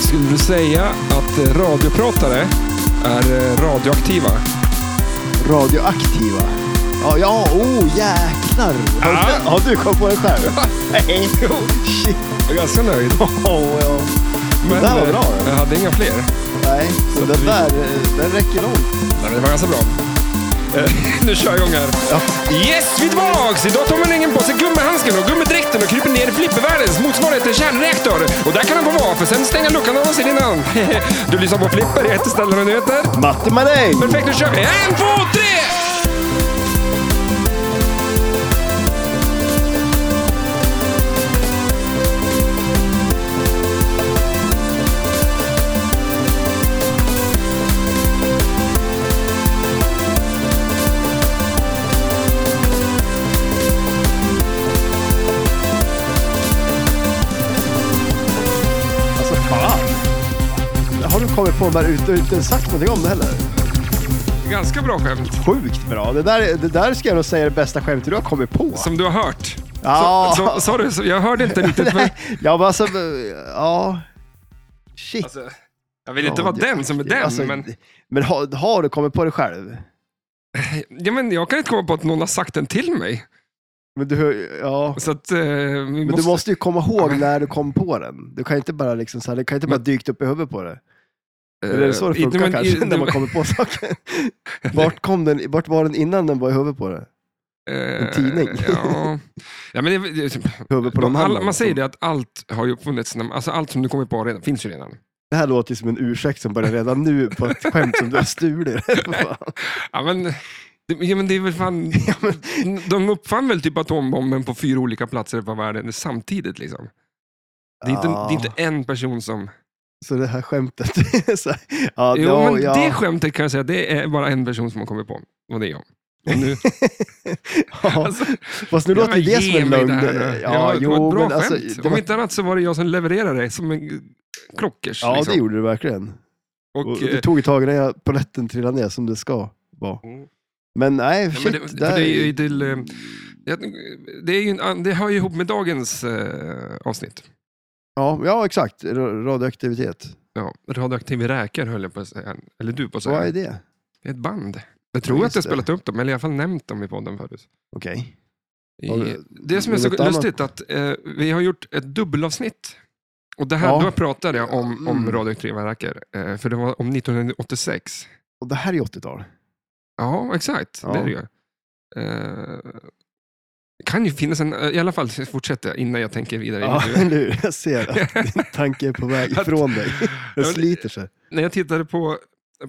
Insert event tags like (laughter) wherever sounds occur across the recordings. skulle säga att eh, radiopratare är eh, radioaktiva? Radioaktiva. Ja, ja, oh jäklar. Har, Ah. har du kommit på (laughs) det själv? Nej. Jo. Shit. Jag är ganska nöjd. Oh, ja. Men, där var eh, bra, eller? Jag hade inga fler. Nej, så att den vi- där, eh, den räcker långt. Nej, men det var ganska bra. Eh, (laughs) nu kör jag igång här. Ja. Yes, vi är tillbaks! Idag tar man på sig gummihandsken och gummidräkten och kryper ner i flippervärldens motsvarighet till kärnreaktor. Och där kan han få vara, för sen stänga luckan och annonsen innan. (laughs) du lyssnar på Flipper, jag heter Stellan och du heter? Matte med dig! Perfekt, nu kör vi! En, två, tre! Alltså fan. Har du kommit på den där ut- utan sagt någonting om det heller? Ganska bra skämt, Sjukt bra. Det där, det där ska jag nog säga är det bästa skämtet du har kommit på. som du har hört. Ja. Så, så, sorry, så, jag hörde inte riktigt. Men, (laughs) Ja, men alltså, eh, ja. Shit. alltså, jag vill inte vara Radio- den som är den, Alltså, men, men har, har du kommit på det själv? ja, men jag kan inte komma på att någon har sagt den till mig. Men du, ja. Så att, eh, vi Men måste... du måste ju komma ihåg men- när du kom på den. Du kan ju inte bara liksom så här, det kan ju inte bara dykt upp i huvudet på det. Eller är det så det Eh, funkar men- kanske, (laughs) när men- man kommer (laughs) på saker? Vart, kom den, vart var den innan den var i huvudet på det? En tidning. eh, (laughs) Ja. ja, men det, det, Huvudet på liksom. de alla, man säger det att allt har ju uppfunnits, när- alltså allt som du kommer på redan, finns ju redan. Det här låter ju som en ursäkt som börjar redan nu på ett skämt som du har stulit. För fan. Ja, men, det, ja, men det är väl (laughs) fan, de uppfann väl typ atombomben på fyra olika platser på världen samtidigt. Liksom. Det, är inte, Ja, det är inte en person som... Så det här skämtet. (laughs) är så här- ja, Jo, ja, men ja. det skämtet kan jag säga, det är bara en person som har kommit på. Och det är jag. Och nu, (laughs) ja. alltså, Fast nu Ja, låter men det som ge en mig lögn. det här Ja, nu. Ja, det var jo, ett bra men skämt. alltså, det Om var, inte annat så var det jag som levererade det som en klockers. ja, liksom. det gjorde du verkligen. Och, Och, eh, det tog ett tag innan jag polletten trillade ner som det ska vara. Mm. Men nej, Ja, shit. men det, för där- det, är ju till, eh, det- det, är ju, en an- det hör ju ihop med dagens eh, avsnitt. ja, ja, exakt. Ra- Radioaktivitet. Ja, radioaktiv räkor höll jag på att säga. Eller du på att Vad säga. är det? Det är ett band. Jag tror Ja, att jag just det. spelat upp dem, eller i alla fall nämnt dem i podden förut. Okej. I- Ja, det- Det som är det så är något annat. lustigt att eh, vi har gjort ett dubbelavsnitt. Och det här, Ja. då pratade jag om, om Mm. radioaktiva räkor, eh, för det var om 1986. Och det här är 80-tal. Ja, exakt. Ja. Det är det ju. Eh, kan ju finnas en, eh, i alla fall fortsätter jag innan jag tänker vidare. i Ja, intervjun. (laughs) nu, jag ser att din tanke är på väg Att- ifrån dig. Den men- sliter sig. när jag tittade på,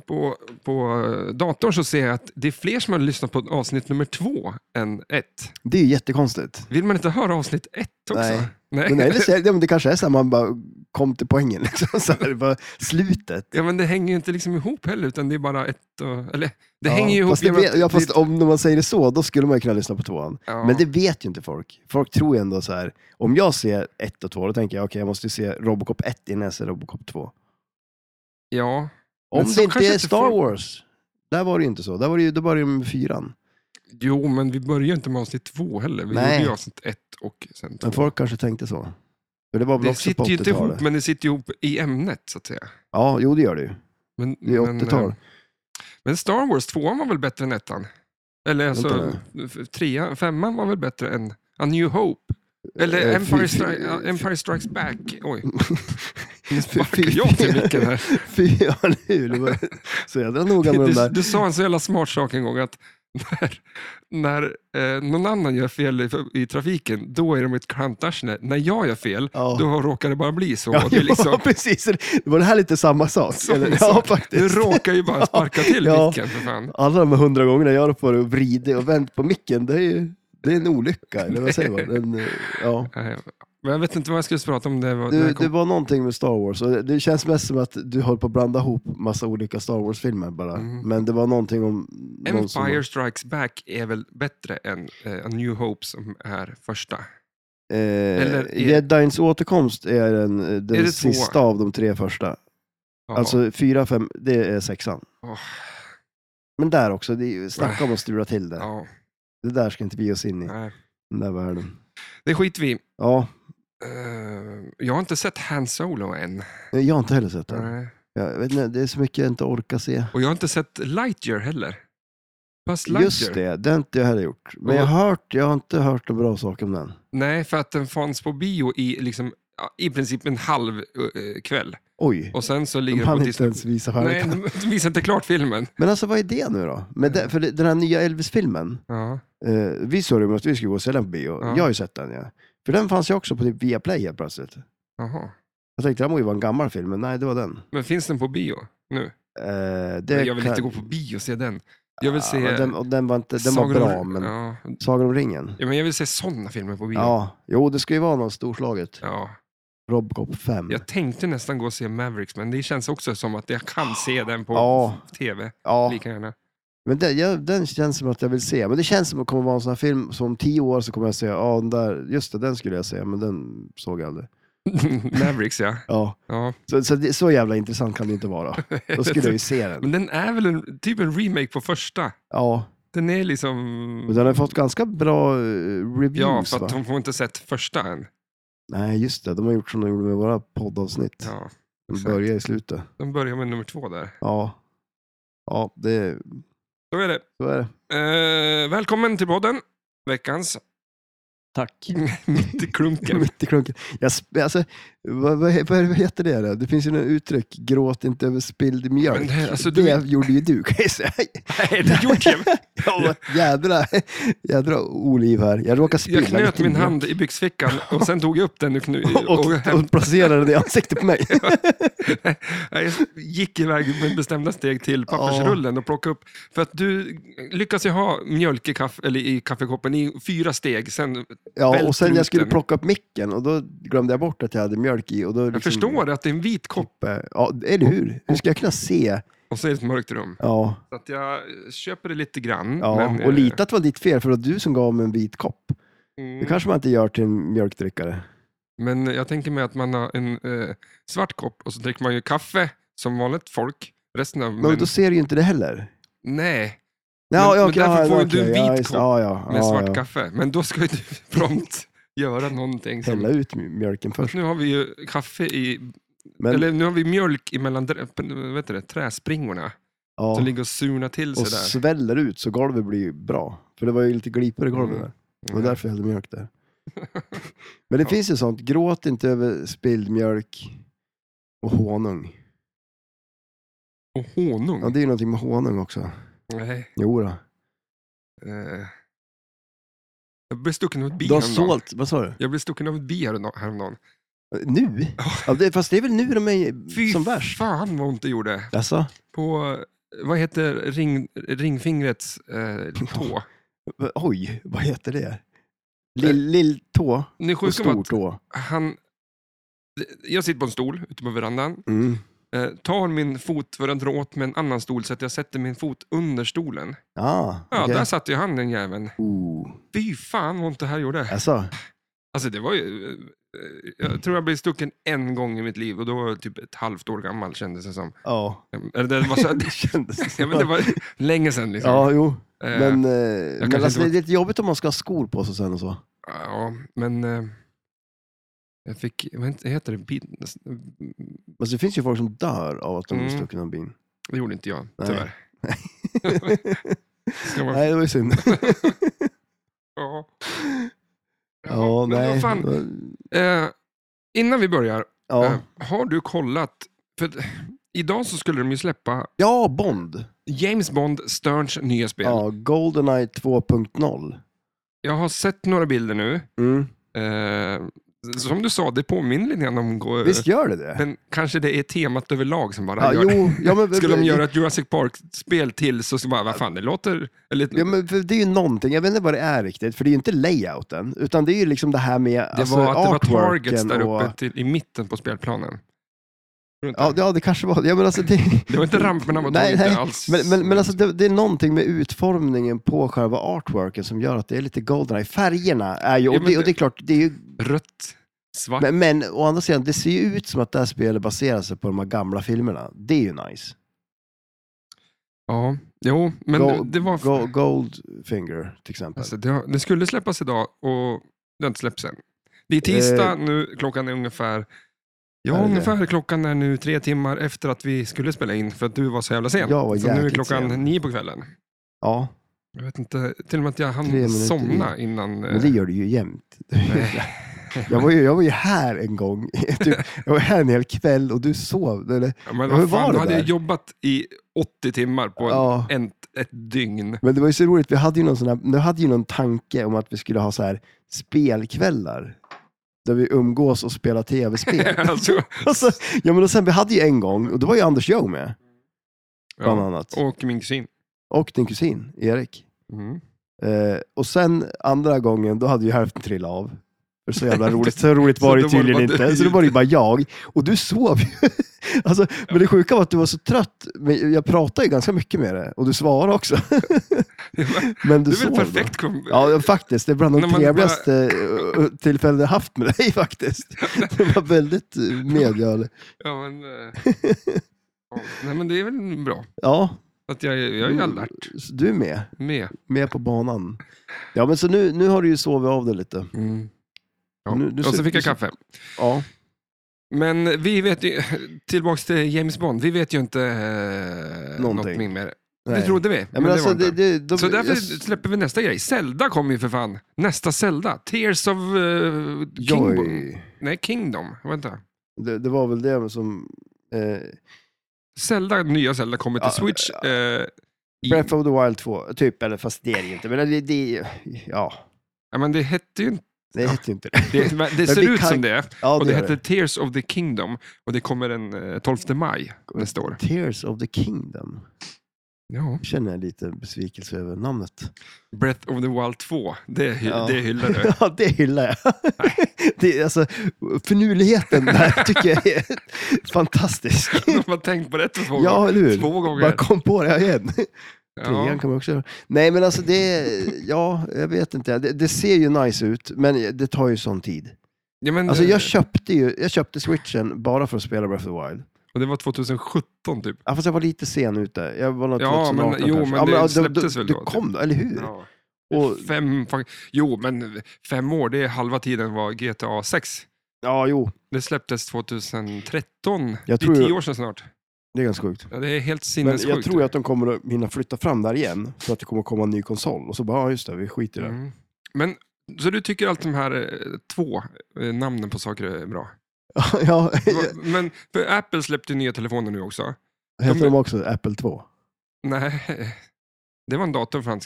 på, på eh, datorn så ser jag att det är fler som har lyssnat på avsnitt nummer två än ett. Det är ju jättekonstigt. Vill man inte höra avsnitt ett också? Nej. Nej. Men, nej, det, ser- ja, men det kanske är så här, man bara kom till poängen. (laughs) Liksom, så här, bara, slutet. (laughs) Ja, men det hänger ju inte liksom ihop heller, utan det är bara ett och, Eller, det Ja, hänger ju ihop. fast, det, genom vet- ja, att fast det- om när man säger det så, då skulle man ju kunna lyssna på tvåan. ja. Men det vet ju inte folk. Folk tror ju ändå så här, om jag ser 1 och 2, då tänker jag okej, jag måste ju se Robocop 1 innan jag ser Robocop 2. ja. Men Om så det inte kanske är inte Star folk- Wars. Där var det ju inte så. Där var det ju, då började det med fyran. Jo, men vi börjar ju inte med avsnitt två heller. Vi Nej. gjorde ju avsnitt ett och sen två. Men folk kanske tänkte så. För det var väl det också på sitter ju inte 80-talet. ihop, men det sitter ju ihop i ämnet, så att säga. Ja, jo det gör det ju. Men, Det är men, 80-tal. eh, Men Star Wars 2 var väl bättre än ettan? Eller alltså, Vänta f- trean, femman var väl bättre än A New Hope? Eller Eh, Empire, fy- Stri- fy- Empire Strikes Back? Oj, Fy- sparkar fy- jag till micken (laughs) här. Fyra nu. Det var så jädra noga med de Du, där. du sa en så jävla smart sak en gång att när, när eh, någon annan gör fel i, i trafiken, då är de ett klantarsne. När jag gör fel, Ja. då råkar det bara bli så. Ja, (laughs) det, är liksom, ja, precis. Det var det här lite samma sak? Samma eller? Ja, sak. du faktiskt. råkar ju bara sparka till Ja. micken för fan. Alla de här hundra gångerna jag har på det och vridit och vänt på micken, det är ju det är en olycka. Eller vad säger man? En, eh, ja. Nej, Men jag vet inte vad jag skulle prata om. Det, var- när du, jag kom det var någonting med Star Wars och det- det känns mest som att du höll på att blanda ihop massa olika Star Wars-filmer bara. Mm. Men det var någonting om... någon som- Empire Strikes Back är väl bättre än eh, A New Hope som är första? eh, eller är- Jedins återkomst är den, eh, den Är det sista tvåan? av de tre första. Ja. Alltså fyra, fem, det är sexan. Åh, Men där också, det är, ju- snacka om att strula till det. ja, Det där ska inte vi ge oss in i, nej. den där världen. Det skiter vi i. Ja, Eh, jag har inte sett Han Solo än. Nej, Jag har inte heller sett den. Nej. Jag vet inte, det är så mycket jag inte orkar se. Och jag har inte sett Lightyear heller. Fast Lightyear. Just det, det har inte jag heller gjort. Men Och- jag har, hört, jag har inte hört några bra saker om den. Nej, för att den fanns på bio i liksom, ja, i princip en halv eh, kväll. Oj, Och sen så de ligger den hann på inte Disney. ens visa Nej, färdigt. de de visade inte klart filmen. Men alltså vad är det nu då? Mm. Men det, för det- den här nya Elvis-filmen, Ja. eh, vi såg den att vi skulle gå och se den på bio. Ja. Jag har ju sett den ja. För den fanns ju också på typ Viaplay helt plötsligt. Jaha. Jag tänkte, det här må ju vara en gammal film, men nej det var den. Men finns den på bio nu? Eh, det Men jag vill kan- inte gå på bio och se den. Jag vill se... Ja, men den, och den var, inte, den var Sagan om- bra, men Ja. Sagan om ringen. ja, men jag vill se sådana filmer på bio. Ja, jo det ska ju vara något storslaget. Ja. Robocop 5. Jag tänkte nästan gå och se Mavericks, men det känns också som att jag kan se den på Ja, tv ja. lika gärna. Men den, jag, den känns som att jag vill se. Men det känns som att det kommer vara en sån här film som om tio år så kommer jag säga, ja den där, just det, den skulle jag se, men den såg jag aldrig. Mavericks, ja. Ja, ja. så, så, det, så jävla intressant kan det (laughs) inte vara. (laughs) Då skulle jag ju se den. Men den är väl en, typ en remake på första? Ja, Den är men liksom... den har fått ganska bra eh, Ja, reviews för va? att de får inte sett första än. Nej, just det, de har gjort som de gjorde med våra poddavsnitt. Ja, de exakt. börjar i slutet. de börjar med nummer två där. Ja, ja det, Så är det. så är det. Eh, välkommen till podden. Veckans (laughs) Tack. Mitt i klunken. Mitt i klunken. Jag, sp- alltså, vad, vad, vad, vad heter det? Då? Det finns ju något uttryck, gråt inte över spilld mjölk. Men det här, alltså, det du- gjorde ju du kan (laughs) jag säga. (laughs) Nej, det gjorde jag. Ja, jädra, jädra oliv här. Jag råkade spilla Jag knöt lite min mjölk. hand i byxfickan och sen tog jag upp den och, knu- (laughs) och, och hem- och placerade den i ansiktet (laughs) på mig. Nej, (laughs) Jag gick iväg med bestämda steg till pappersrullen och plockade upp. För att du lyckas ju ha mjölk i, kaff, eller i kaffekoppen i fyra steg. Sen, Ja, och sen Vältruten. jag skulle plocka upp micken och då glömde jag bort att jag hade mjölk i. Och då liksom, jag förstår att det är en vit kopp eh, Ja, eller hur? Hur ska jag kunna se? och så är det ett mörkt rum. Ja, Så att jag köper det lite grann. ja. men, och eh, lite att det var ditt fel för att du som gav mig en vit kopp. Det mm, kanske man inte gör till en mjölkdrickare. Men jag tänker mig att man har en eh, svart kopp och så dricker man ju kaffe som vanligt folk. Resten av Men men, då ser du ju inte det heller. Nej. Ja, Men- ja, men därför får ju du en ja, vit just- kopp ja, ja, med ja, svart ja. kaffe. Men då ska ju du (laughs) prompt göra någonting. Hälla Som, ut mj- mjölken först. nu har vi ju kaffe i, Men, eller nu har vi mjölk emellan dr- vet du det, träspringorna ja, som ligger och surnar till sig och där. sväller ut så golvet blir ju bra. För det var ju lite glipor i golvet Mm. där. Det var därför jag hällde (laughs) mjölk där. Men det finns ju sånt, gråt inte över spilld mjölk och honung. Och honung. Ja, det är ju någonting med honung också. Nej. Jo då. eh. Jag blev stucken av ett bi Du har häromdagen. sålt, vad sa du? Jag blev stucken av ett bi häromda- häromdagen. Nu? (laughs) Ja, det, fast det är väl nu de är Fy Mm, som värst? fan vad ont det gjorde. Alltså, På, eh, vad heter ring, ringfingrets (laughs) eh, tå? v- oj, vad heter det? Eh, Lill- Lilltå Ni är och sjuka om att stortå. han... Jag sitter på en stol ute på verandan. Mm. eh, tar min fot för att dra åt med en annan stol så att jag sätter min fot under stolen. Ah, Ja, okej. där satte ju han den jäveln. Oh. Fy fan vad ont det här gjorde. Alltså, Alltså det var ju... eh, Jag tror jag blev stucken en gång i mitt liv och då var jag typ ett halvt år gammal kändes det som. ja. Eller det var, så, Alltså, (laughs) (laughs) Det kändes ja, men det var länge sedan liksom. Ja, jo. Eh, Men, eh, kanske men inte alltså, var- det är lite jobbigt om man ska ha skor på sig sen och så. ja, men eh, jag fick, vad heter det? Bin- Men Alltså, det finns ju folk som dör av att de blir Mm. stuckna (laughs) av bin. Det gjorde inte jag, Nej. (laughs) tyvärr. Ska man- nej, det var (laughs) ju synd. Ja. ja, men nej. vad fan, Eh, innan vi börjar, Ja. eh, har du kollat? För att, idag så skulle de ju släppa ja, Bond. James Bond Sterns nya spel. Ja, Goldeneye 2.0. Jag har sett några bilder nu. Mm. Eh, som du sa, det påminner lite grann om... gå- Visst gör det det? Men kanske det är temat överlag som bara Ja, gör det. jo, ja, men, (laughs) Skulle de göra ett Jurassic Park-spel till så skulle bara, vad fan, det låter... Eller, Ja, men för det är ju någonting, jag vet inte vad det är riktigt, för det är ju inte layouten, utan det är ju liksom det här med det var att det var targets artworken där och- uppe till, i mitten på spelplanen. Runt Ja, där. ja, det kanske var ja, men alltså, det. Det var inte ramperna, var Nej, inte nej. alls... Men, men, men alltså, det, det är någonting med utformningen på själva artworken som gör att det är lite Goldeneye. Färgerna är ju, och, Ja, men Ah. det, och det är klart, det är ju, Rött, svart. alltså- men, men å andra sidan, det ser ju ut som att det här spelet baserar sig på de här gamla filmerna. Det är ju nice. Ja, jo, men Go- det var... Go, Goldfinger till exempel. Alltså, det, har- det skulle släppas idag och det har inte släppts än. Det är tisdag nu, klockan är ungefär Ja, Eh, Är det det? ungefär klockan är nu tre timmar efter att vi skulle spela in, för att du var så jävla sen. Jag var så nu är jäkligt klockan sen. nio på kvällen. Ja, Jag vet inte, till och med att jag Tre hann minuter somna innan. eh, men det gör du ju jämt. nej. (laughs) Jag var ju, jag var ju här en gång. (laughs) Typ, Jag var här en hel kväll och du sov. Eller? Ja, men Hur vad fan, var det då hade jag där? jobbat i 80 timmar på en, Ja. en, ett dygn. (laughs) Men det var ju så roligt, vi hade ju någon, sån här, vi hade ju någon tanke om att vi skulle ha så här spelkvällar. Där vi umgås och spelar tv-spel. (laughs) alltså, alltså, ja, men och sen, vi hade ju en gång, och då var ju Anders Joe med, bland ja. annat. Och min kusin. Och din kusin, Erik. Mm. Eh, och sen andra gången, då hade ju hälften trillat av. För (laughs) så jävla roligt, så roligt var det Så ju då var det tydligen bara du. inte. Så då var det ju bara jag. Och du sov ju. (laughs) alltså, men det sjuka var att du var så trött. Men jag pratade ju ganska mycket med dig och du (laughs) svarade också. men Du är du, sov väl då. perfekt kom... Ja, faktiskt. Det är bland de När man trevligaste eh, tillfällen jag haft med dig (laughs) faktiskt. Det var väldigt eh, medgörlig. Ja, men, (laughs) eh, ja. Nej, men det är väl bra. Ja, Att jag, jag är ju alert så du är med. med. Med på banan. Ja, men så nu, nu har du ju sovit av dig lite. Mm. Ja. Nu- nu och så ser- fick jag nu ser- kaffe. Ja, Men vi vet ju, (laughs) tillbaks till James Bond, vi vet ju inte eh, Någonting. någonting mer. nej. Det trodde vi, Ja, men det var alltså, inte. det, det, de, Så därför jag- släpper vi nästa grej. Zelda kommer ju för fan. Nästa Zelda. Tears of eh, Kingdom. Joy. Nej, Kingdom. Vänta. Det, det var väl det som... Eh, Zelda, nya Zelda kommer till Ja, Switch. Eh, i, Breath of the Wild 2, typ. Eller fast det är det ju inte. Men det, det, ja, ja, men det hette ju inte... det hette ju inte det. Det, (laughs) men det ser vi ut kan- som det. Ja, Och det gör heter Tears of the Kingdom. Och det kommer den eh, 12 maj nästa år. Tears of the Kingdom. Ja. Känner jag lite besvikelse över namnet. Breath of the Wild 2. Det, hy- Ja. det hyllar (laughs) du. Ja, det hyllar jag. (laughs) Det, är alltså, (laughs) finurligheten där tycker jag är fantastisk. De har tänkt på det två gånger. Ja, eller hur? Två gånger. Bara kom på det igen. Ja. (laughs) Trean kan man också göra. Nej, men alltså det, ja, jag vet inte. Det, det ser ju nice ut, men det tar ju sån tid. Ja, men, Alltså eh, jag köpte ju, jag köpte switchen bara för att spela Breath of the Wild. Och det var 2017 typ. Ja, fast jag var lite sen ute. Jag var nog Ja, 2018 men- jo, kanske. men det ja, släpptes du, väl du, då, Du kom då, eller hur? Ja. Och, Fem, fuck- jo, men fem år, det är halva tiden var GTA 6. ja, jo, Det släpptes 2013. Jag det tror- är tio år sedan snart. det är ganska sjukt. Ja, det är helt Men sinnessjukt. jag tror att de kommer att hinna flytta fram där igen, så att det kommer att komma en ny konsol. Och så bara, ja just det, vi skiter i det. Mm. Men, så du tycker allt de här eh, två eh, namnen på saker är bra? (laughs) ja, Va- eh. Men för Apple släppte ju nya telefoner nu också. heter de också Apple 2? Nej, det var en dator från,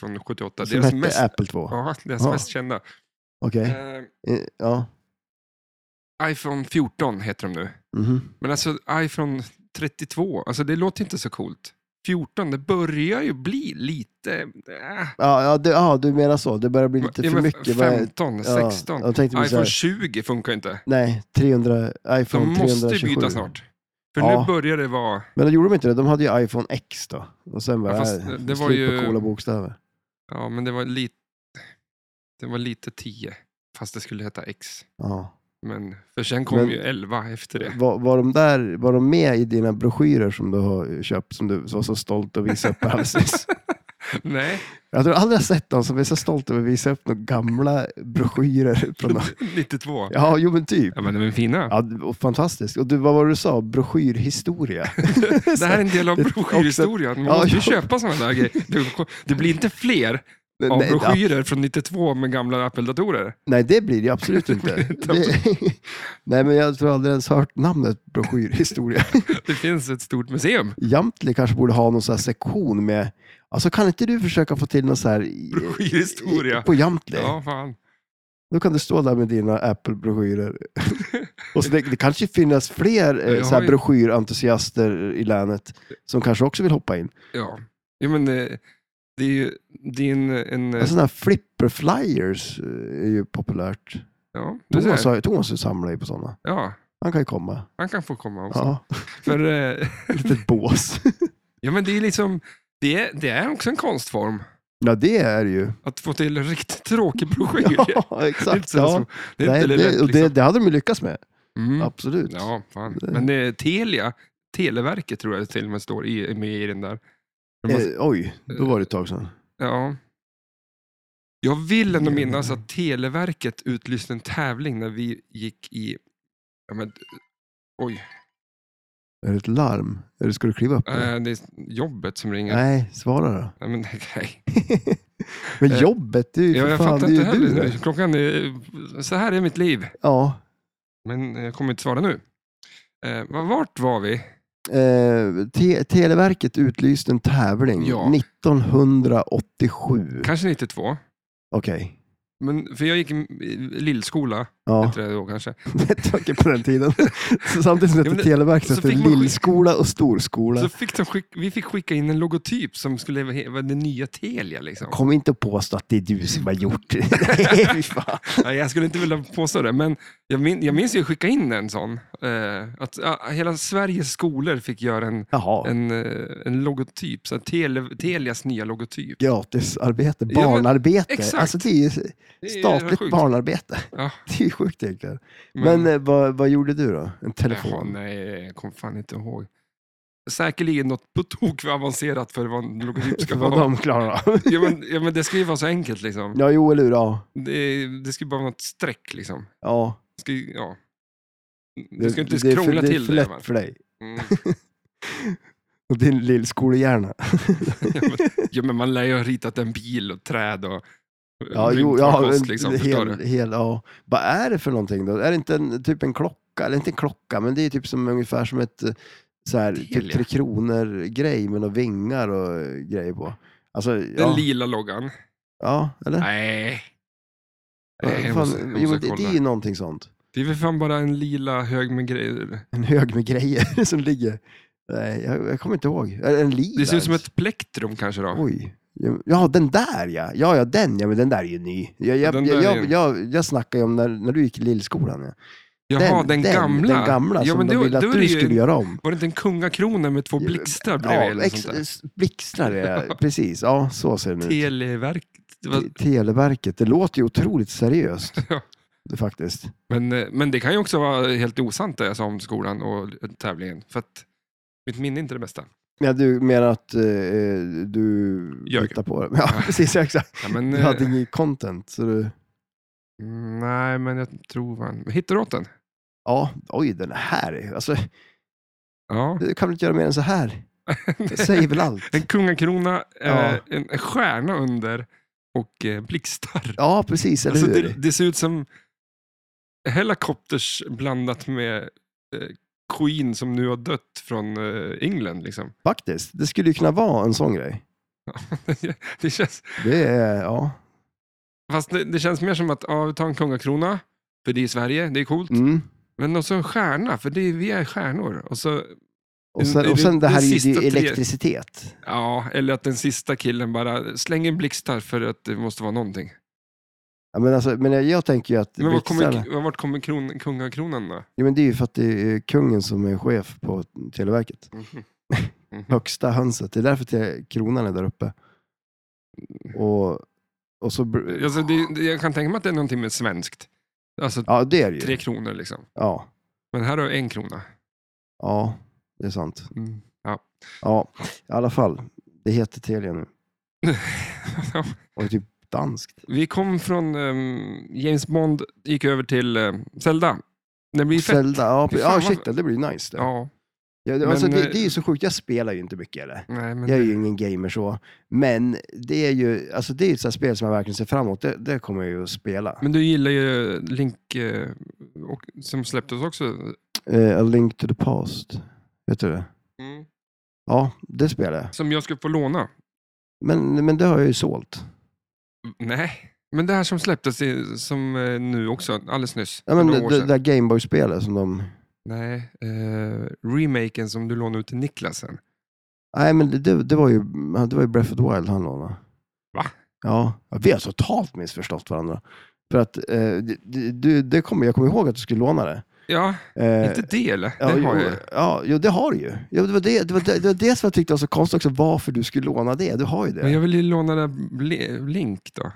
från 78. Som Deras hette mest, Apple 2? ja, deras Ja. mest kända. Okej. Eh, Eh, Ja. iPhone 14 heter de nu. Mhm. Men alltså iPhone 32, alltså det låter inte så coolt. 14, det börjar ju bli lite... Äh. Ja, ja, du, ja, du menar så. Det börjar bli lite Ja, för men mycket. Vad är- 15, ja, 16. jag tänkte mig så iPhone här, 20 funkar inte. nej, 300, De iPhone 327. måste ju byta snart. För Ja. nu börjar det vara... Men då gjorde de inte det. De hade ju iPhone X då. Och sen bara, Ja, fast äh, det var slut ju- på coola bokstäver. Ja, men det var lite... Det var lite 10, fast det skulle heta X. Ja. Men, för sen kom Men- ju 11 efter (laughs) det. Var, var, de där, var de med i dina broschyrer som du har köpt, som du var så stolt att visa upp alldeles nyss? Nej, Jag tror aldrig jag sett någon som är så stolt över att visa upp några gamla broschyrer. Från någon. (laughs) 92. Ja. Ja, jo men typ. men de är fina. Ja, det var fantastiskt. Och du, vad var det du sa? Broschyrhistoria. Det här är en del av (laughs) Det- också- broschyrhistorien. Man Ja, måste ju ja. köpa sådana där grejer. Det- Det blir inte fler av (laughs) Nej, broschyrer från 92 med gamla Apple-datorer. Nej, det blir det absolut inte. det, (laughs) nej, men jag tror aldrig ens hört namnet broschyrhistoria. Det finns ett stort museum. Jamtli kanske borde ha någon sån här sektion med, alltså kan inte du försöka få till någon så här i- Broschyrhistoria. i- på Jamtli? Ja, fan. Då kan du stå där med dina Apple-broschyrer. (laughs) Och så det, det kanske finns fler eh, Jag så här har ju- broschyrentusiaster i länet som kanske också vill hoppa in. Ja. ja men eh, det är ju det är en... en eh, Alltså, sådana här flipper flyers eh, är ju populärt. ja, du Thomas, ser. har, Thomas ju samlar ju på sådana. ja, Han kan ju komma. han kan få komma också. Ja, (laughs) För, eh, litet bås. (laughs) ja, men det är liksom... Det är, det är också en konstform. ja, det är (laughs) det ju. Att få till en riktigt tråkig broschyr. (laughs) Ja, Det är exakt. inte så Ja. det är Nej, inte lätt, det, och det, liksom. det hade de ju lyckats med. Mm. Absolut. Ja, fan. Det- Men eh, Telia, Televerket tror jag det till och med står i, med i den där. Men man- Eh, oj, då var det ett tag sedan. Ja. Jag vill ändå minnas att Televerket utlyste en tävling när vi gick i... Ja, men, oj, Är det ett larm? Eller ska du kliva upp? eh, det är jobbet som ringer. Nej, svara då. Nej, men, (laughs) nej. Men Eh, jobbet, det är ju Jag, för jag fan, fattar det är ju inte du. heller. det. Klockan är... Så här är mitt liv. Ja, Men jag kommer inte svara nu. Eh, va- vart var vi? eh, te Televerket utlyste en tävling Ja. 1987. Kanske 92. Okej, Men, för jag gick i i lillskola, ja. (laughs) hette det då kanske. Med tanke på den tiden. Så samtidigt som Ja, men det hette det- Televerket så så hette det fick man skicka- lillskola och storskola. Så fick de skick, vi fick skicka in en logotyp som skulle he- vara det nya Telia. Liksom. Kom inte och påstå att det är du som har (laughs) gjort det. Nej, fy fan. Nej, jag skulle inte vilja påstå det, men jag, min, jag minns ju att skicka in en sån. Eh, att ja, Hela Sveriges skolor fick göra en, Jaha, en, eh, en logotyp, så här, tele, Telias nya logotyp. gratisarbete, Ja, men- barnarbete. exakt. alltså det är ju Det är statligt sjukt. barnarbete. Ja, (laughs) Det är ju sjukt egentligen. men- Men, eh, vad, vad gjorde du då? En Jaha, telefon? nej, jag kommer fan inte ihåg. Säkerligen något på tok för avancerat för vad en logotyp (laughs) ska vad vara. de klarar (laughs) av. Ja men, ja, men det ska ju vara så enkelt liksom. Ja, jo eller hur, ja. Det, det ska ju bara vara något streck liksom. ja. Det ska, ju- ja. Mm, Du ska inte det är för- krångla till Det är det. för va? lätt för dig. Mm. (laughs) Och din lillskolehjärna. Ja, men, ja, men man lär ju ha ritat en bil och träd och (laughs) Ja, jo, ja, rymdfarkost, en- liksom, en förstår hel, du? hel, ja. Vad är det för någonting då? Är det inte en, typ en klocka? Eller inte en klocka, men det är typ som ungefär som ett eh, så här, typ Telia. Tre Kronor-grej med några vingar och eh, grejer på. Alltså, Den ja, lila (laughs) loggan. ja, eller? Nej. Vad Nej, jag fan, måste- jag jo, måste det, det kolla. är ju någonting sånt. Det är väl fan bara en lila hög med grejer. En hög med grejer (laughs) som ligger. Nej, jag, jag kommer inte ihåg. Är det En lila? Det ser ut som ens? ett plektrum kanske då. Oj. Ja, den där ja. Ja, ja, den ja, men den där är ju ny. Jag, jag, Den där jag, är jag, ju- jag, jag snackade ju om när, när du gick i lillskolan. Ja. Jaha, den, gamla. Den gamla ja, som men de då- ville att då är du det ju skulle en- göra om. Var det inte en kungakrona med två Ja, blixtar bredvid? Ja, eller ex- sånt där? s- blixtrar är (laughs) precis. Ja, så ser den ut. Televerket. det var- Te- Televerket, det låter ju otroligt seriöst. (laughs) Ja. Det faktiskt. Men, eh, men det kan ju också vara helt osant det jag sa om skolan och tävlingen. För att mitt minne är inte det bästa. Ja, du menar att eh, du Ljög. hittar på det? Ja, precis. (laughs) Ja, exakt. Ja, men, Du eh, hade ingen content. Så du... mm, Nej, men jag tror man... Hittar du åt den? Ja, oj, den här. är- Alltså, Ja. du kan väl inte göra mer än (laughs) så här? Det säger väl allt? En kungakrona, eh, Eh, Ja. en en stjärna under och eh, blixtar. Ja, precis. Eller Alltså, hur? det, det ser ut som Hellacopters blandat med eh, Queen som nu har dött från eh, England. Liksom. (laughs) Faktiskt. Det skulle ju kunna vara en sån grej. det känns, Det är, ja. fast det, det känns mer som att ja, vi tar en kungakrona, för det är Sverige, det är coolt. Mm. Men också en stjärna, för det är, vi är stjärnor. Och så, Och sen, Det- och sen det det här är ju det sista är ju tre- elektricitet. ja, eller att den sista killen bara slänger en blixtar för att det måste vara någonting. Ja, men, alltså, men jag, jag tänker ju att Men vart blixtarna- kommer, vart kommer kron, kungakronan då? ja, men det är ju för att det är kungen som är chef på Televerket. Mhm. Högsta hönset. Det är därför te, kronan är där uppe. Och, och så... br- Alltså, det, det- jag kan tänka mig att det är någonting med svenskt. Alltså Ja, det är det tre ju. kronor liksom. Ja, Men här har jag en krona. ja, det är sant. Mm. Ja, i alla fall. Det heter Telia nu. Och det är typ danskt. (laughs) Vi kom från ehm, James Bond, gick över till um, Zelda. Det blir fett. Zelda, ja, Fy fan, ja vad- shit, det blir nice. Det. Ja, Ja, det, Men, alltså, det, eh, det är ju så sjukt, jag spelar ju inte mycket eller. nej, men Jag är ju ingen gamer så. Men det är ju alltså, det är ett sånt här spel som jag verkligen ser fram emot. Det, det kommer jag ju att spela. Men du gillar ju Link, eh, och, som släpptes också. Eh, A Link to the Past, vet du det? Mm. Ja, det spelar jag. Som jag skulle få låna. Men, men det har jag ju sålt. Nej. Men det här som släpptes i, som eh, nu också, alldeles nyss. Ja, för men några det, år det sedan. där Gameboy-spelet som de... Nej, eh, remaken som du lånade ut till Niklas sen. Nej, men det- det, det, var ju, det var ju Breath of the Wild han lånade. Va? Ja, Ja, vi har totalt missförstått varandra. För att eh, det- det, det, det kommer, jag kommer ihåg att du skulle låna det. Ja, Eh, inte det eller? Ja, det har jo, eh, jag ju. Ja, jo, det har du ju. Ja, det, var det, det, var det, det var det som jag tyckte var så konstigt också, varför du skulle låna det. Du har ju det. Men jag vill ju låna det bli- Link då.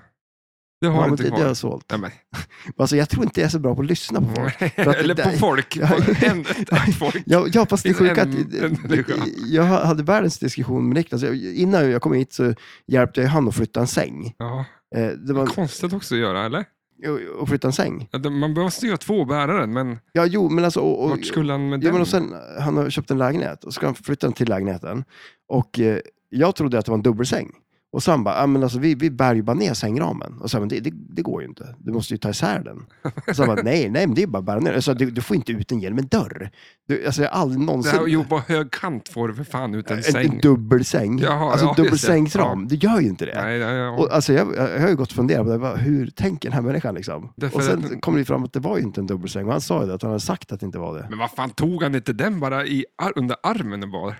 Det har ja, jag men inte det, det kvar. har jag sålt. Nej, men. (laughs) Alltså, jag tror inte jag är så bra på att (laughs) lyssna på folk. att det eller där- på folk. (laughs) Ja. På en, (laughs) ett, ett folk. Ja, ja fast det är Finns sjuka en- en människa. att jag hade världens diskussion med Niklas. Jag- Innan jag kom hit så hjälpte jag han att flytta en säng. Ja. Eh, där (laughs) man, Konstigt också att göra, eller? och- och flytta en säng. Att Man måste ju ha två bärare, men Ja, jo, men alltså... Och, och, vart skulle han med ja, den? men och sen, eh, han har köpt en lägenhet och så ska han flytta den till lägenheten. Och eh, jag trodde att det var en dubbelsäng. Och så han bara, ah, men alltså, vi, vi bär ju bara ner sängramen. Och så här, men det, det, det går ju inte. Du måste ju ta isär den. Och så han bara, nej, nej, men det är bara att bära ner. Jag sa, du, du får inte ut den genom en dörr. Du, alltså, jag har aldrig Det någonsin... här, jo, på hög kant får du för fan ut en, en, säng. en dubbelsäng. Jaha, alltså ja, dubbelsängsram. Du gör ju inte det. Nej, ja, ja. Och, alltså, jag, jag har ju gått och funderat på det, bara, hur tänker den här människan? Liksom? Därför Och sen att- kom det ju fram att det var ju inte en dubbelsäng. Och han sa ju det, att han hade sagt att det inte var det. Men vad fan, tog han inte den bara i, ar- under armen och bara?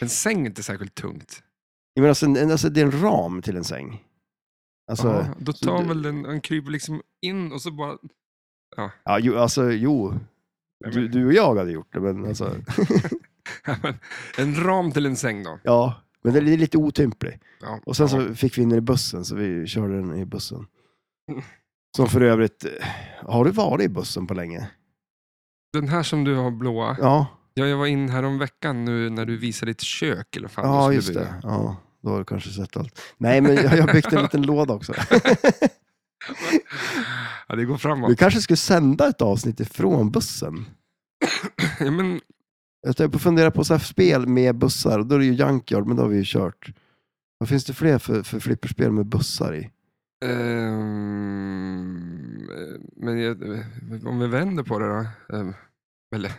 En säng är inte särskilt tungt. Jag menar, alltså, en, en- alltså, det är en ram till en säng. Alltså, Jaha, då så tar du- väl den, han kryper liksom in och så bara... ja, jo, alltså, jo. Nej, Du, men, (laughs) du och jag hade gjort det, men alltså, ja, men, en ram till en säng då. ja. Men den är lite otymplig. Ja, Och sen ja. så fick vi in den i bussen, så vi körde den i bussen. Som för övrigt, eh, har du varit i bussen på länge? Den här som du har blåa. Ja, Ja, jag var in här om veckan nu när du visade ditt kök. Eller fan, du ja skulle just bygga. det. Ja, då har du kanske sett allt. Nej, men jag jag har byggt en liten (laughs) låda också. Ja, det går Vi framåt. kanske skulle sända ett avsnitt ifrån bussen. Ja, men, Jag tar på att fundera på så här spel med bussar. Då är det ju Junkyard, men då har vi ju kört. Vad finns det fler för, för flipperspel med bussar i? (laughs) ehm, eh, men jag, eh, om vi vänder på det då. Ehm, eller, (laughs)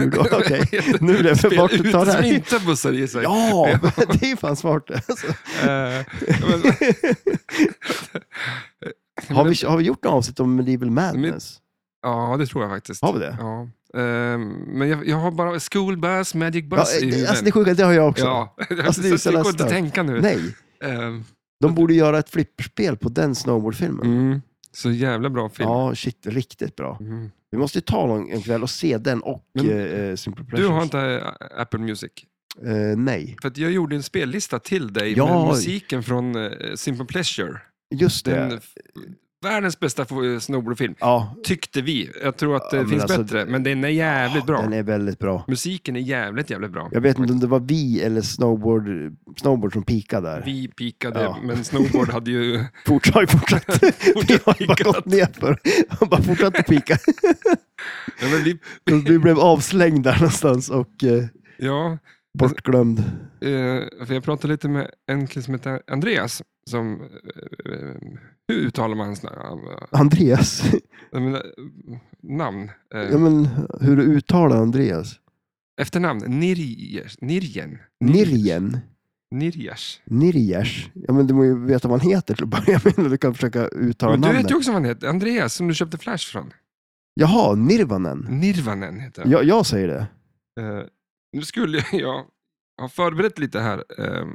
Hur då? Okej, nu blev Spel det vart du tar ut det som här. inte har bussar i sig. (laughs) Ja, men (laughs) det är ju fan smart. det, Alltså. Eh, men, Har, vi, har vi gjort något avsnitt om Medieval Madness? ja, det tror jag faktiskt. Har vi det? Ja. Ehm, men jag, jag har bara School Bass, Magic Ja, Bus i det- huvudet. alltså det sjuka, det har jag också. ja. (laughs) Alltså, det är ju så det så går inte nästa. att tänka nu. Nej, Ehm, de borde göra ett flipperspel på den snowboardfilmen. mm, så jävla bra film. Ja, shit, riktigt bra. Mm. Vi måste ju ta någon en kväll och se den och Men- eh, eh, Simple Pleasures. Du har inte eh, Apple Music? Eh, nej, För att jag gjorde en spellista till dig med Ja. musiken från eh, Simple Pleasure. just det. Den, f- Världens bästa f- snowboardfilm, ja, tyckte vi. Jag tror att eh, det Ja, men finns alltså- bättre, men den är jävligt bra. Den är väldigt bra. Musiken är jävligt, jävligt bra. Jag vet inte om det var vi eller snowboard, snowboard som peakade där. Vi pikade, Ja. men snowboard hade (laughs) ju... Fort har ju fortsatt. (laughs) (laughs) Vi har ju bara peakat. gått nerför. Han bara fortsatte pika. Ja, men vi, Vi blev avslängd där någonstans och eh, ja bortglömd. eh, för jag pratade lite med en kille som heter Andreas. Som, eh, eh, hur uttalar man hans namn? Andreas. Jag menar, namn? Ja, Eh, men, hur du uttalar Andreas? efternamn? Nirjers, Nirjen? Nirjen? Nirjers. Nirjers? Ja, men du måste ju veta vad han heter till att börja med. Du kan försöka uttala Men du namnet. vet ju också vad han heter. Andreas, som du köpte Flash från. Jaha, Nirvanen. Nirvanen heter han. Ja, jag säger det. Eh, nu skulle (laughs) jag ha förberett lite här. ehm,